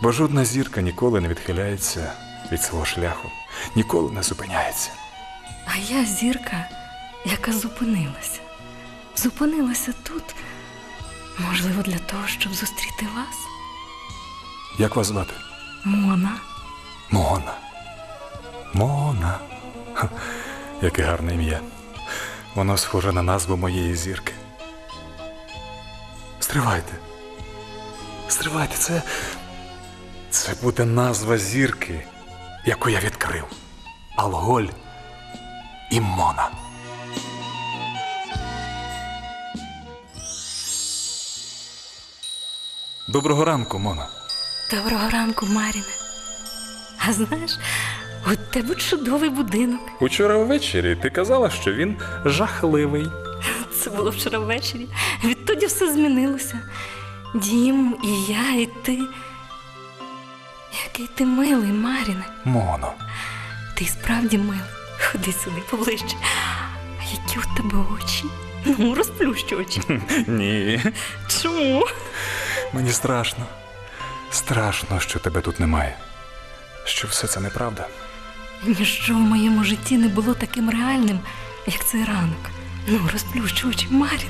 C: Бо жодна зірка ніколи не відхиляється від свого шляху, ніколи не зупиняється.
H: А я зірка, яка зупинилася. Зупинилася тут, можливо, для того, щоб зустріти вас,
C: Як вас звати?
H: Мона.
C: Мона. Мона. Ха, яке гарне ім'я. Воно схоже на назву моєї зірки. Стривайте. Стривайте, це. Це буде назва зірки, яку я відкрив. Алголь і Мона. Доброго ранку, Мона.
H: Доброго ранку, Маріне. А знаєш, у тебе чудовий будинок.
C: Учора ввечері ти казала, що він жахливий.
H: Це було вчора ввечері. Відтоді все змінилося. Дім, і я, і ти. Який ти милий, Маріне.
C: Моно.
H: Ти справді милий. Ходи сюди поближче. А які у тебе очі? Ну, розплющу очі.
C: Ні.
H: Чому?
C: Мені страшно. Страшно, що тебе тут немає. Що все це неправда.
H: Ніщо в моєму житті не було таким реальним, як цей ранок. Ну, розплющу очі, Маріне.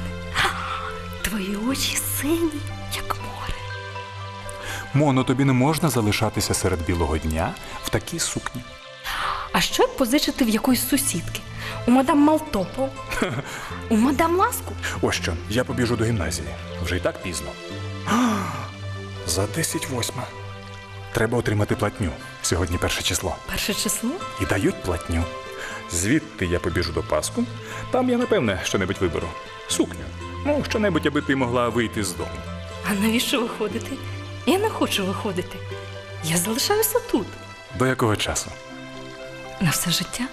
H: Твої очі сині, як море.
C: Моно, тобі не можна залишатися серед білого дня в такій сукні.
H: А що як позичити в якоїсь сусідки? У мадам Малтопо? У мадам Ласку?
C: Ось що, я побіжу до гімназії. Вже і так пізно. За 10 восьма. Треба отримати платню. Сьогодні перше число.
H: Перше число?
C: І дають платню. Звідти я побіжу до Паску. Там я, напевне, щонебудь виберу. Сукню. Ну, щонебудь, аби ти могла вийти з дому.
H: А навіщо виходити? Я не хочу виходити. Я залишаюся тут.
C: До якого часу?
H: На все життя?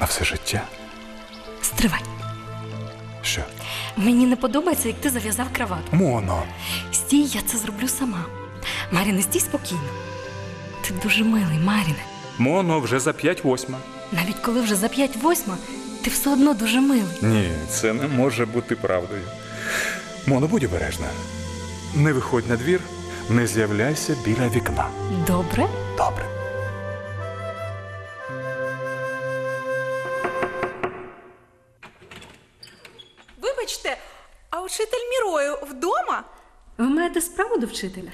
C: На все життя.
H: Стривай.
C: Що?
H: Мені не подобається, як ти зав'язав краватку.
C: Моно.
H: Стій, я це зроблю сама. Маріне, стій спокійно. Ти дуже милий, Маріне.
C: Моно вже за п'ять восьма.
H: Навіть коли вже за п'ять восьма, ти все одно дуже милий.
C: Ні, це не може бути правдою. Моно, будь обережна. Не виходь на двір, не з'являйся біля вікна.
H: Добре?
C: Добре.
E: Вибачте, а учитель Мірою вдома?
H: Ви маєте справу до вчителя?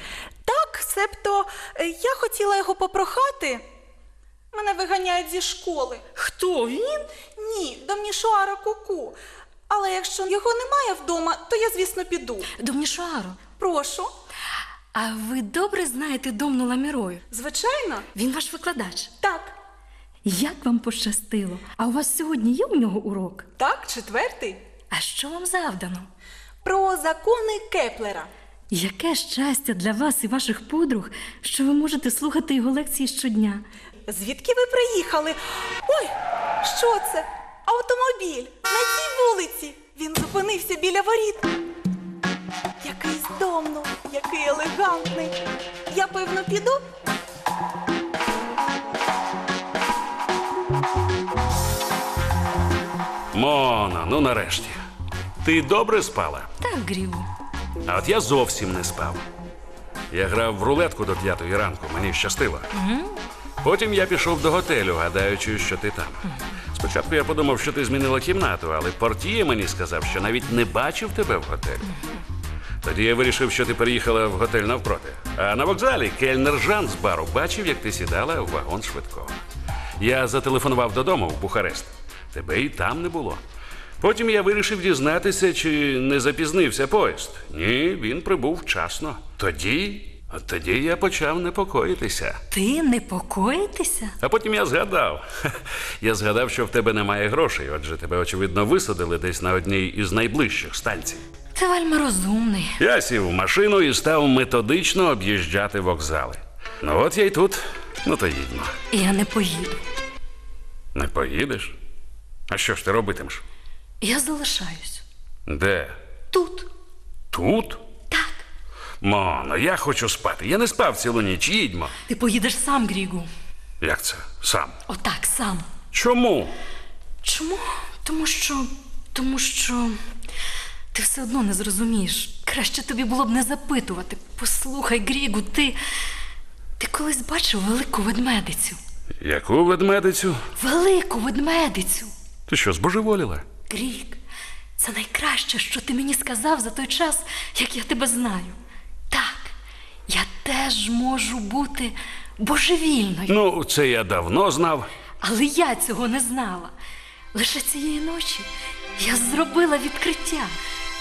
E: Так, себто е, я хотіла його попрохати. Мене виганяють зі школи.
H: Хто він?
E: Ні, домнішуара куку. Але якщо його немає вдома, то я, звісно, піду.
H: Домнішуаро,
E: Прошу,
H: а ви добре знаєте домну Ламірою?
E: звичайно,
H: Він ваш викладач.
E: так,
H: Як вам пощастило? А у вас сьогодні є у нього урок?
E: так, четвертий.
H: А що вам завдано?
E: Про закони Кеплера.
H: Яке щастя для вас і ваших подруг, що ви можете слухати його лекції щодня.
E: Звідки ви приїхали? Ой, що це? Автомобіль на цій вулиці. Він зупинився біля воріт. Який здомно, який елегантний. Я певно піду.
L: Мона, ну нарешті. Ти добре спала?
H: Так, Грігу,
L: А от я зовсім не спав. Я грав в рулетку до п'ятої ранку, мені щастило. Потім я пішов до готелю, гадаючи, що ти там. Спочатку я подумав, що ти змінила кімнату, але портіє мені сказав, що навіть не бачив тебе в готелі. Тоді я вирішив, що ти переїхала в готель навпроти. А на вокзалі кельнер Жан з бару бачив, як ти сідала в вагон швидкого. Я зателефонував додому в Бухарест. Тебе і там не було. Потім я вирішив дізнатися, чи не запізнився поїзд. Ні, він прибув вчасно. Тоді, от тоді я почав непокоїтися.
H: Ти непокоїтися?
L: А потім я згадав. Ха, Я згадав, що в тебе немає грошей, отже, тебе, очевидно, висадили десь на одній із найближчих станцій.
H: Ти вельми розумний.
L: Я сів в машину і став методично об'їжджати вокзали. Ну от я й тут, ну то їдьмо.
H: Я не поїду.
L: Не поїдеш? А що ж ти робитимеш?
H: Я залишаюсь.
L: Де?
H: Тут.
L: Тут? Так. Моно, я хочу спати. Я не спав цілу ніч. Їдьмо.
H: Ти поїдеш сам, Грігу.
L: Як це? Сам.
H: Отак, сам.
L: Чому?
H: Чому? Тому що. Тому що. Ти все одно не зрозумієш. Краще тобі було б не запитувати. Послухай, Грігу, ти. Ти колись бачив велику ведмедицю?
L: Яку ведмедицю?
H: Велику ведмедицю.
L: Ти що, збожеволіла?
H: Грік, це найкраще, що ти мені сказав за той час, як я тебе знаю. Так, я теж можу бути божевільною.
L: Ну, це я давно знав.
H: Але я цього не знала. Лише цієї ночі я зробила відкриття,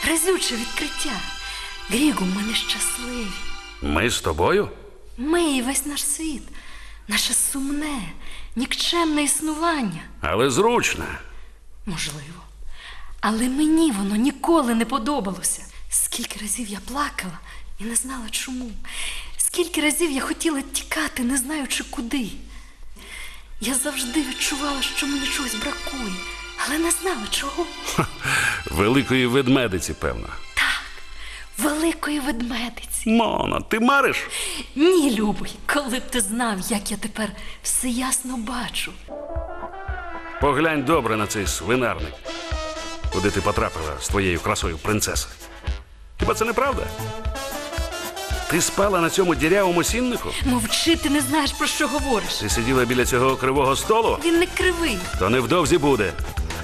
H: разюче відкриття. Грігу, ми нещасливі.
L: Ми з тобою?
H: Ми і весь наш світ, наше сумне, нікчемне існування.
L: Але зручно.
H: Можливо. Але мені воно ніколи не подобалося. Скільки разів я плакала і не знала чому. Скільки разів я хотіла тікати, не знаючи куди. Я завжди відчувала, що мені чогось бракує, але не знала чого.
L: Великої ведмедиці, певно.
H: Великої ведмедиці.
L: Моно, ти мариш?
H: Ні, любий, коли б ти знав, як я тепер все ясно бачу.
L: Поглянь добре на цей свинарник, куди ти потрапила з твоєю красою принцеси. Хіба це не правда? Ти спала на цьому дірявому сіннику?
H: Мовчи, ти не знаєш, про що говориш.
L: Ти сиділа біля цього кривого столу,
H: Він не кривий.
L: то невдовзі буде.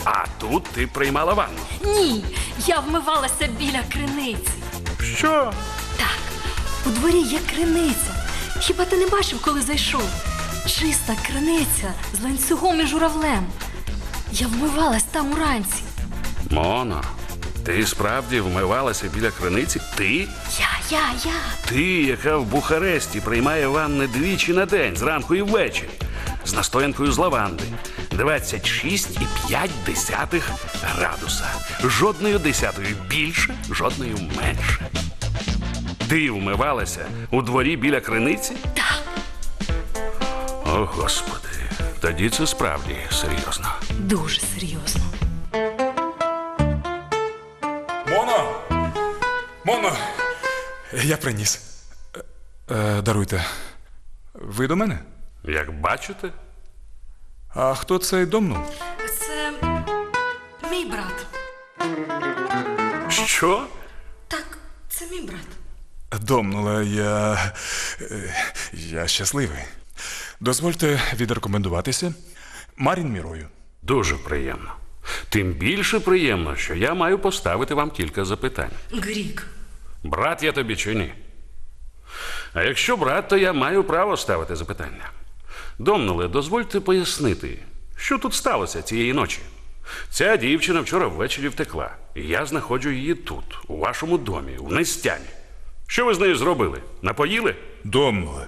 L: А тут ти приймала ванну.
H: Ні, я вмивалася біля криниці.
L: Що?
H: Так, у дворі є криниця. Хіба ти не бачив, коли зайшов? Чиста криниця з ланцюгом і журавлем. Я вмивалась там уранці.
L: Моно, ти справді вмивалася біля криниці? Ти?
H: Я, я, я.
L: Ти, яка в Бухаресті приймає ванни двічі на день, зранку і ввечері, з настоянкою з лаванди. 26,5 градуса. Жодною десятою більше, жодною менше. Ти вмивалася у дворі біля криниці?
H: Так.
L: О, Господи, тоді це справді серйозно.
H: Дуже серйозно.
F: Моно! Моно!
C: Я приніс. Е, даруйте. Ви до мене?
L: Як бачите?
C: А хто цей домнув?
H: Це мій брат.
L: Що?
H: Так, це мій брат.
C: Домнула, я. е, Я щасливий. Дозвольте відрекомендуватися. Марін Мірою.
L: Дуже приємно. Тим більше приємно, що я маю поставити вам кілька запитань.
H: Грік.
L: Брат я тобі чи ні? А якщо брат, то я маю право ставити запитання. Домнуле, дозвольте пояснити, що тут сталося цієї ночі. Ця дівчина вчора ввечері втекла, і я знаходжу її тут, у вашому домі, в Нестяні. Що ви з нею зробили? Напоїли?
C: Домнуле.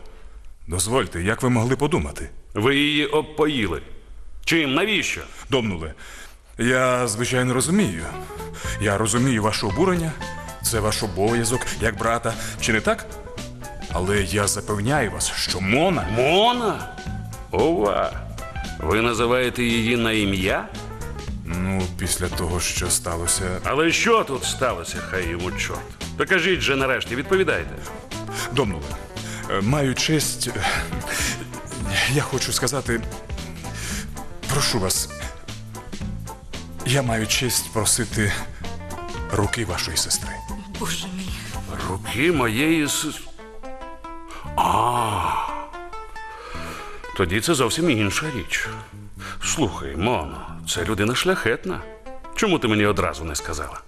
C: Дозвольте, як ви могли подумати?
L: Ви її обпоїли. Чим? Навіщо?
C: Домнуле. Я, звичайно, розумію. Я розумію ваше обурення, це ваш обов'язок, як брата, чи не так? Але я запевняю вас, що Мона.
L: Мона? Ова. Ви називаєте її на ім'я?
C: Ну, після того, що сталося.
L: Але що тут сталося, хай йому чорт? То кажіть же нарешті, відповідайте.
C: Домнуле, е, маю честь. е, Я хочу сказати. Прошу вас. Я маю честь просити руки вашої сестри.
H: Боже мій.
L: Руки моєї с... А. Тоді це зовсім інша річ. Слухай, Моно, це людина шляхетна. Чому ти мені одразу не сказала?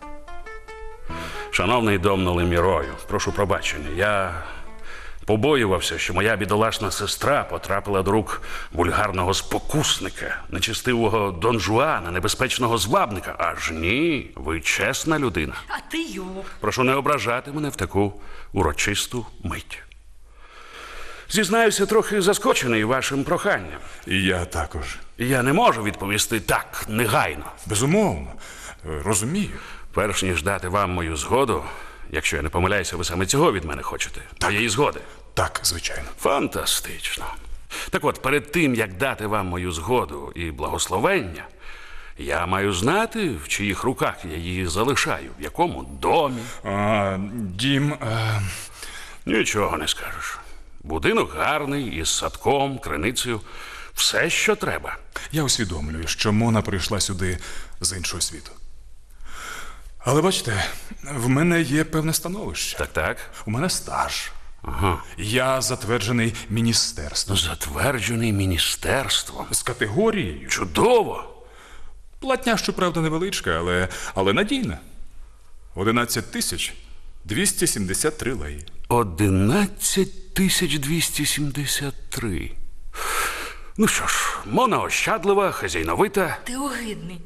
L: Шановний домно Лемірою, прошу пробачення, я побоювався, що моя бідолашна сестра потрапила до рук вульгарного спокусника, нечистивого донжуана, небезпечного звабника. Аж ні, ви чесна людина.
D: А ти йоб.
L: Прошу не ображати мене в таку урочисту мить. Зізнаюся, трохи заскочений вашим проханням.
K: І я також.
L: Я не можу відповісти так негайно.
K: Безумовно, розумію.
L: Перш ніж дати вам мою згоду, якщо я не помиляюся, ви саме цього від мене хочете. Моєї згоди.
K: Так, звичайно.
L: Фантастично. Так от, перед тим як дати вам мою згоду і благословення, я маю знати, в чиїх руках я її залишаю, в якому домі.
K: А, дім. е, А...
L: Нічого не скажеш. Будинок гарний, із садком, криницею, все, що треба.
K: Я усвідомлюю, що Мона прийшла сюди з іншого світу. Але бачите, в мене є певне становище.
L: Так, так.
K: У мене стаж.
L: Ага.
K: Я затверджений міністерством.
L: Затверджений міністерством.
K: З категорією.
L: Чудово!
K: Платня, щоправда, невеличка, але, але надійна. 11 тисяч 273 леї.
L: 11273. Ну що ж, Мона ощадлива, хазяйновита.
H: Ти огидний.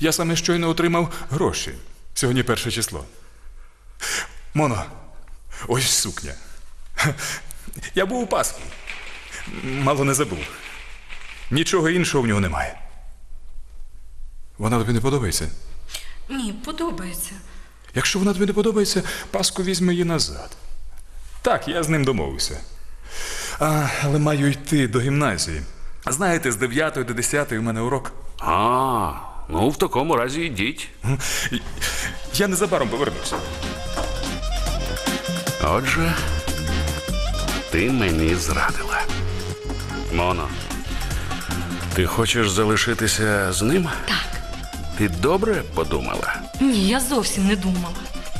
K: Я саме щойно отримав гроші. Сьогодні перше число. Моно, ось сукня. Ха, Я був у Пасху. Мало не забув. Нічого іншого в нього немає. Вона тобі не подобається.
H: Ні, подобається.
K: Якщо вона тобі не подобається, Паску візьми її назад. Так, я з ним домовився. А, але маю йти до гімназії. А Знаєте, з 9 до 10 у мене урок.
L: А, ну в такому разі йдіть.
K: Я незабаром повернуся.
L: Отже, ти мені зрадила. Моно, ти хочеш залишитися з ним?
H: Так.
L: Ти добре подумала?
H: Ні, я зовсім не думала.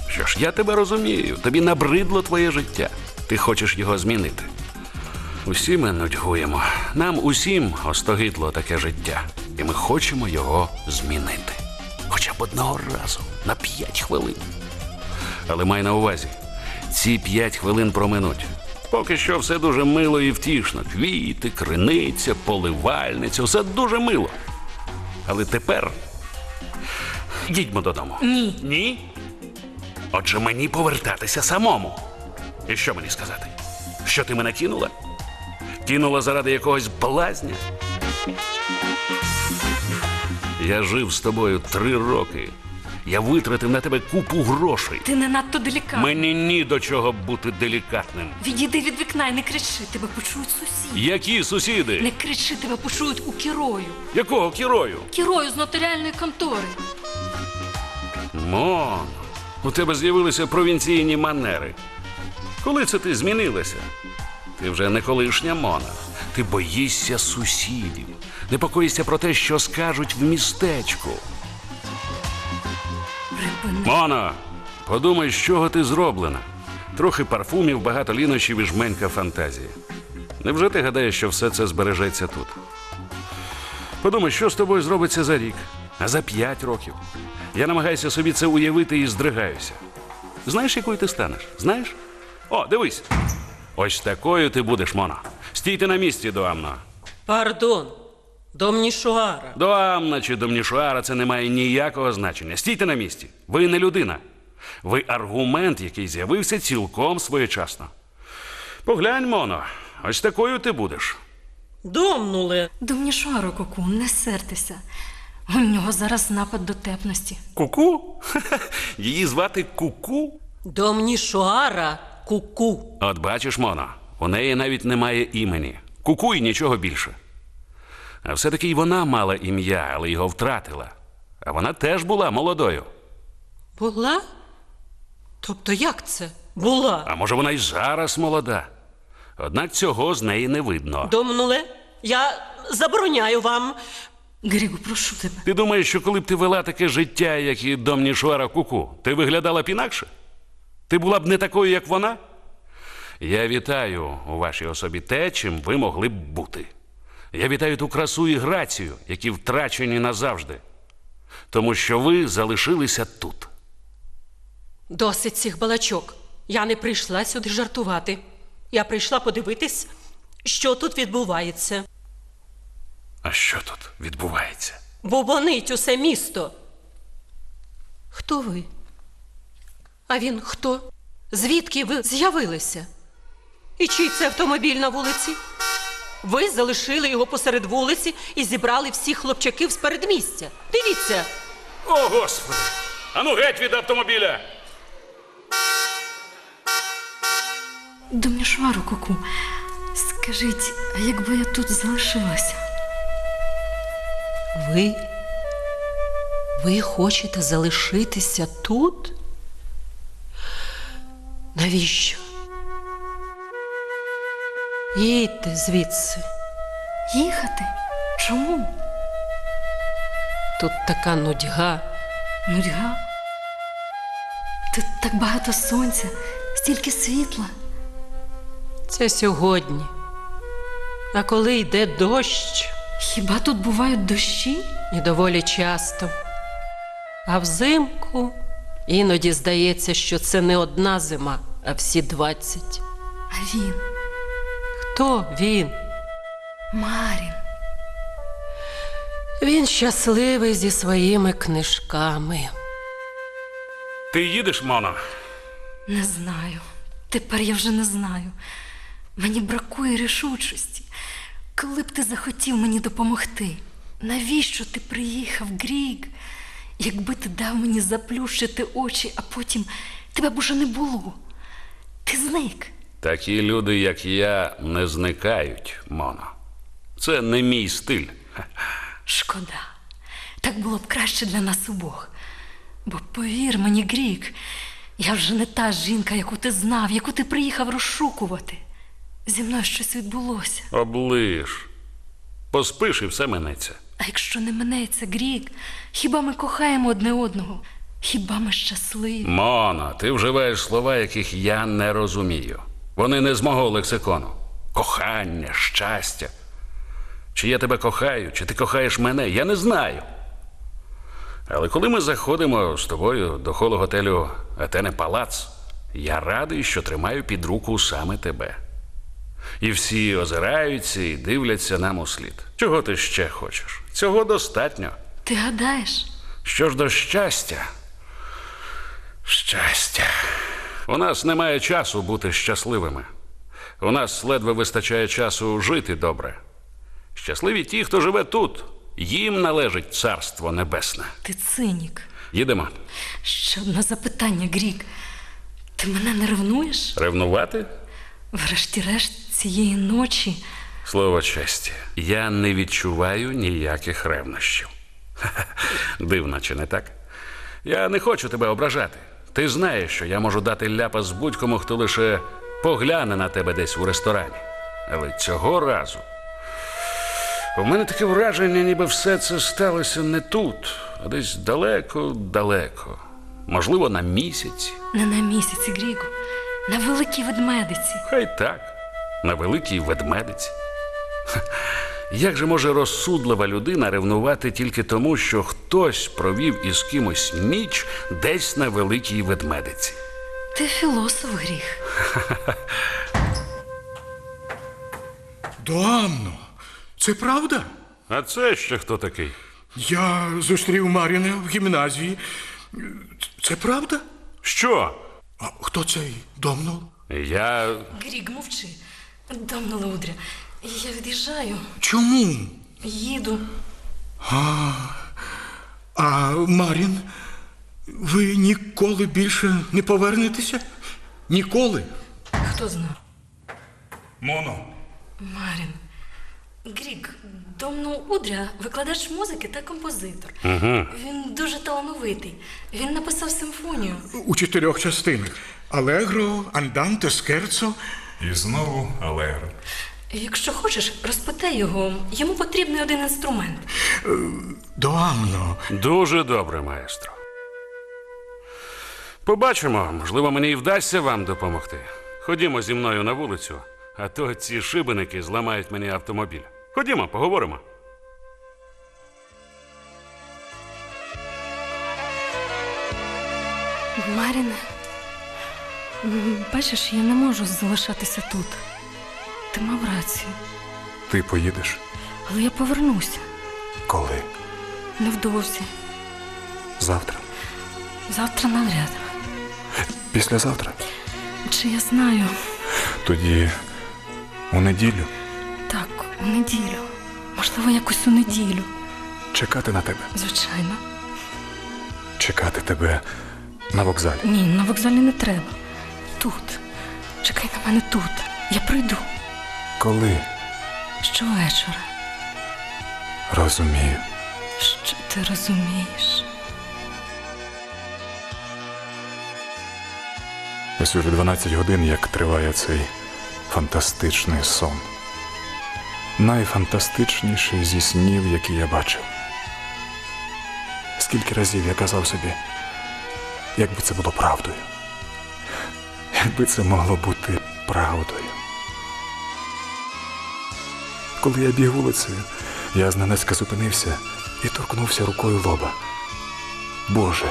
L: Що ж, я тебе розумію, тобі набридло твоє життя. Ти хочеш його змінити. Усі ми нудьгуємо. Нам усім остогидло таке життя, і ми хочемо його змінити. Хоча б одного разу, на п'ять хвилин. Але май на увазі, ці п'ять хвилин проминуть. Поки що все дуже мило і втішно. Квіти, криниця, поливальниця, все дуже мило. Але тепер їдьмо додому.
H: Ні.
L: Ні? Отже, мені повертатися самому. І що мені сказати? Що ти мене кинула? Кинула заради якогось блазня? Я жив з тобою три роки. Я витратив на тебе купу грошей.
H: Ти не надто делікатний.
L: Мені ні до чого бути делікатним.
H: Відійди від вікна і не кричи, тебе почують сусіди.
L: Які сусіди?
H: Не кричи, тебе почують у кірою.
L: Якого керою?
H: Кірою з нотаріальної контори.
L: Мон, у тебе з'явилися провінційні манери. Коли це ти змінилася? Ти вже не колишня мона. Ти боїшся сусідів, непокоїшся про те, що скажуть в містечку. Мона, подумай, з чого ти зроблена. Трохи парфумів, багато лінощів і жменька фантазії. Невже ти гадаєш, що все це збережеться тут? Подумай, що з тобою зробиться за рік, а за п'ять років. Я намагаюся собі це уявити і здригаюся. Знаєш, якою ти станеш? Знаєш? О, дивись. Ось такою ти будеш, Мона. Стійте на місці, Дуамна.
D: Пардон, домнішуара.
L: Дуамна чи Домнішуара це не має ніякого значення. Стійте на місці. Ви не людина. Ви аргумент, який з'явився цілком своєчасно. Поглянь, Моно, ось такою ти будеш.
D: Домнули.
H: Домнішуаро, куку, не сертися. У нього зараз напад дотепності.
L: Куку? Її звати Куку.
D: Домнішуара куку.
L: От бачиш, Мона, у неї навіть немає імені. Кукуй нічого більше. А все-таки й вона мала ім'я, але його втратила. А вона теж була молодою.
D: Була? Тобто як це? Була.
L: А може, вона й зараз молода. Однак цього з неї не видно.
D: Домнули. Я забороняю вам.
H: Грігу, прошу тебе.
L: Ти думаєш, що коли б ти вела таке життя, як і Домнішуара Куку, ти виглядала б інакше? Ти була б не такою, як вона? Я вітаю у вашій особі те, чим ви могли б бути. Я вітаю ту красу і грацію, які втрачені назавжди. Тому що ви залишилися тут.
D: Досить цих балачок. Я не прийшла сюди жартувати. Я прийшла подивитись, що тут відбувається.
L: А що тут відбувається?
D: Бубонить усе місто. Хто ви? А він хто? Звідки ви з'явилися? І чий це автомобіль на вулиці? Ви залишили його посеред вулиці і зібрали всіх хлопчаків з передмістя. Дивіться,
L: О, Господи! Ану геть від автомобіля!
H: Домішвару куку. Скажіть, а якби я тут залишилася?
D: ви. Ви хочете залишитися тут? Навіщо? Їдьте звідси.
H: Їхати? Чому?
D: Тут така нудьга.
H: Нудьга? Тут так багато сонця, стільки світла.
D: Це сьогодні. А коли йде дощ.
H: Хіба тут бувають дощі?
D: І доволі часто. А взимку іноді здається, що це не одна зима, а всі двадцять.
H: А він,
D: Хто він?
H: Марін,
D: Він щасливий зі своїми книжками.
L: Ти їдеш, Моно?
H: не знаю. Тепер я вже не знаю. Мені бракує рішучості. Коли б ти захотів мені допомогти, навіщо ти приїхав, Гріг? Якби ти дав мені заплющити очі, а потім тебе б уже не було. Ти зник.
L: Такі люди, як я, не зникають, Моно. Це не мій стиль.
H: Шкода. Так було б краще для нас обох. Бо повір мені, Грік, я вже не та жінка, яку ти знав, яку ти приїхав розшукувати. Зі мною щось відбулося.
L: Оближ. Поспиш і все минеться.
H: А якщо не минеться, Грік, хіба ми кохаємо одне одного? Хіба ми щасливі?
L: Моно, ти вживаєш слова, яких я не розумію. Вони не з мого лексикону. Кохання, щастя. Чи я тебе кохаю, чи ти кохаєш мене, я не знаю. Але коли ми заходимо з тобою до холу готелю Атене Палац, я радий, що тримаю під руку саме тебе. І всі озираються і дивляться нам у слід. Чого ти ще хочеш? Цього достатньо.
H: Ти гадаєш?
L: Що ж до щастя? Щастя. У нас немає часу бути щасливими. У нас ледве вистачає часу жити добре. Щасливі ті, хто живе тут. Їм належить царство небесне.
H: Ти цинік.
L: Їдемо.
H: Ще одне запитання, Грік. Ти мене не ревнуєш?
L: Ревнувати?
H: Врешті-решт цієї ночі
L: Слово честі. Я не відчуваю ніяких ревнощів. Ха-ха. Дивно, чи не так? Я не хочу тебе ображати. Ти знаєш, що я можу дати ляпа з будь-кому, хто лише погляне на тебе десь у ресторані. Але цього разу у мене таке враження, ніби все це сталося не тут, а десь далеко-далеко. Можливо, на місяці.
H: не на місяці, Гріку, на великій ведмедиці.
L: Хай так, на великій ведмедиці. Ха, Як же може розсудлива людина ревнувати тільки тому, що хтось провів із кимось ніч десь на великій ведмедиці?
H: Ти філософ, Гріх.
K: Доамно, це правда?
L: А це ще хто такий?
K: Я зустрів Маріна в гімназії. Це правда?
L: Що?
K: А хто цей домно?
L: Я.
H: Грік, мовчи. Домна Лаудря, я від'їжджаю,
K: Чому?
H: їду.
K: А, а Марін, ви ніколи більше не повернетеся? Ніколи?
H: Хто знав?
K: Моно.
H: Марін. Грік, Домну Удря, викладач музики та композитор.
K: Угу.
H: Він дуже талановитий. Він написав симфонію.
K: У чотирьох частинах. Алегро, Анданте, Скерцо. І знову Алегро.
H: Якщо хочеш, розпитай його. Йому потрібний один інструмент.
K: Доамно.
L: Дуже добре, маестро. Побачимо, можливо, мені і вдасться вам допомогти. Ходімо зі мною на вулицю, а то ці шибеники зламають мені автомобіль. Ходімо, поговоримо.
H: Маріне, м, бачиш, я не можу залишатися тут. Ти мав рацію,
C: Ти поїдеш
H: але я повернуся
C: коли?
H: невдовзі.
C: Завтра.
H: Завтра навряд.
C: Післязавтра?
H: Чи я знаю?
C: Тоді у неділю
H: Так, у неділю. Можливо, якось у неділю.
C: чекати на тебе.
H: Звичайно.
C: Чекати тебе на вокзалі.
H: Ні, на вокзалі не треба. Тут. Чекай на мене тут. Я прийду
C: Коли?
H: щовечора.
C: Розумію.
H: Що ти розумієш?
C: Ось уже 12 годин, як триває цей фантастичний сон. Найфантастичніший зі снів, які я бачив. Скільки разів я казав собі, якби це було правдою, якби це могло бути правдою. Коли я біг вулицею, я зненацька зупинився і торкнувся рукою лоба. Боже,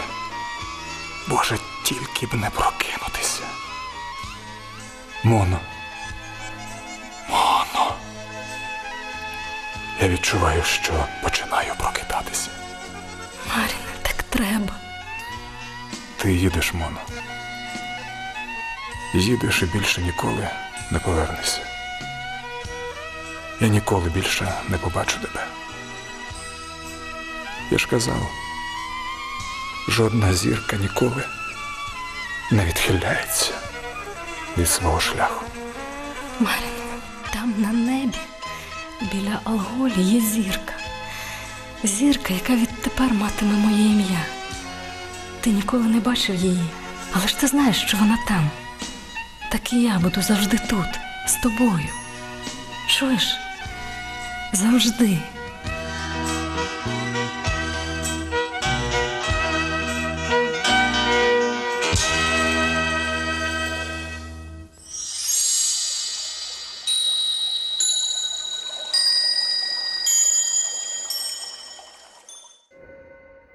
C: Боже, тільки б не прокинутися. Моно. Моно. Я відчуваю, що починаю прокидатися.
H: Маріне, так треба.
C: Ти їдеш, Моно. Їдеш і більше ніколи не повернешся. Я ніколи більше не побачу тебе. Я ж казав, жодна зірка ніколи не відхиляється від свого шляху.
H: Маріне, там на небі, біля Алголі, є зірка. Зірка, яка відтепер матиме моє ім'я. Ти ніколи не бачив її, але ж ти знаєш, що вона там. Так і я буду завжди тут, з тобою. Чуєш? Завжди.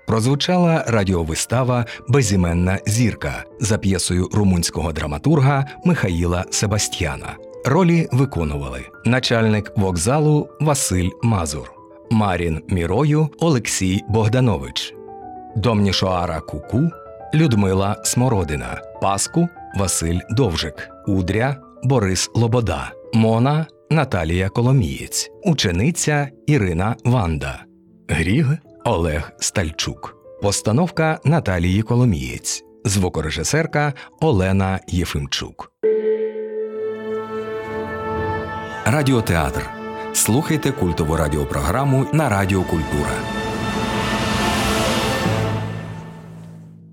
A: Прозвучала радіовистава Безіменна зірка за п'єсою румунського драматурга Михаїла Себастьяна. Ролі виконували начальник вокзалу Василь Мазур, Марін Мірою Олексій Богданович, Домнішоара Куку Людмила Смородина, Паску Василь Довжик, Удря Борис Лобода, Мона Наталія Коломієць, учениця Ірина Ванда. Гріг Олег Стальчук. Постановка Наталії Коломієць. Звукорежисерка Олена Єфимчук. Радіотеатр. Слухайте культову радіопрограму на Радіо Культура.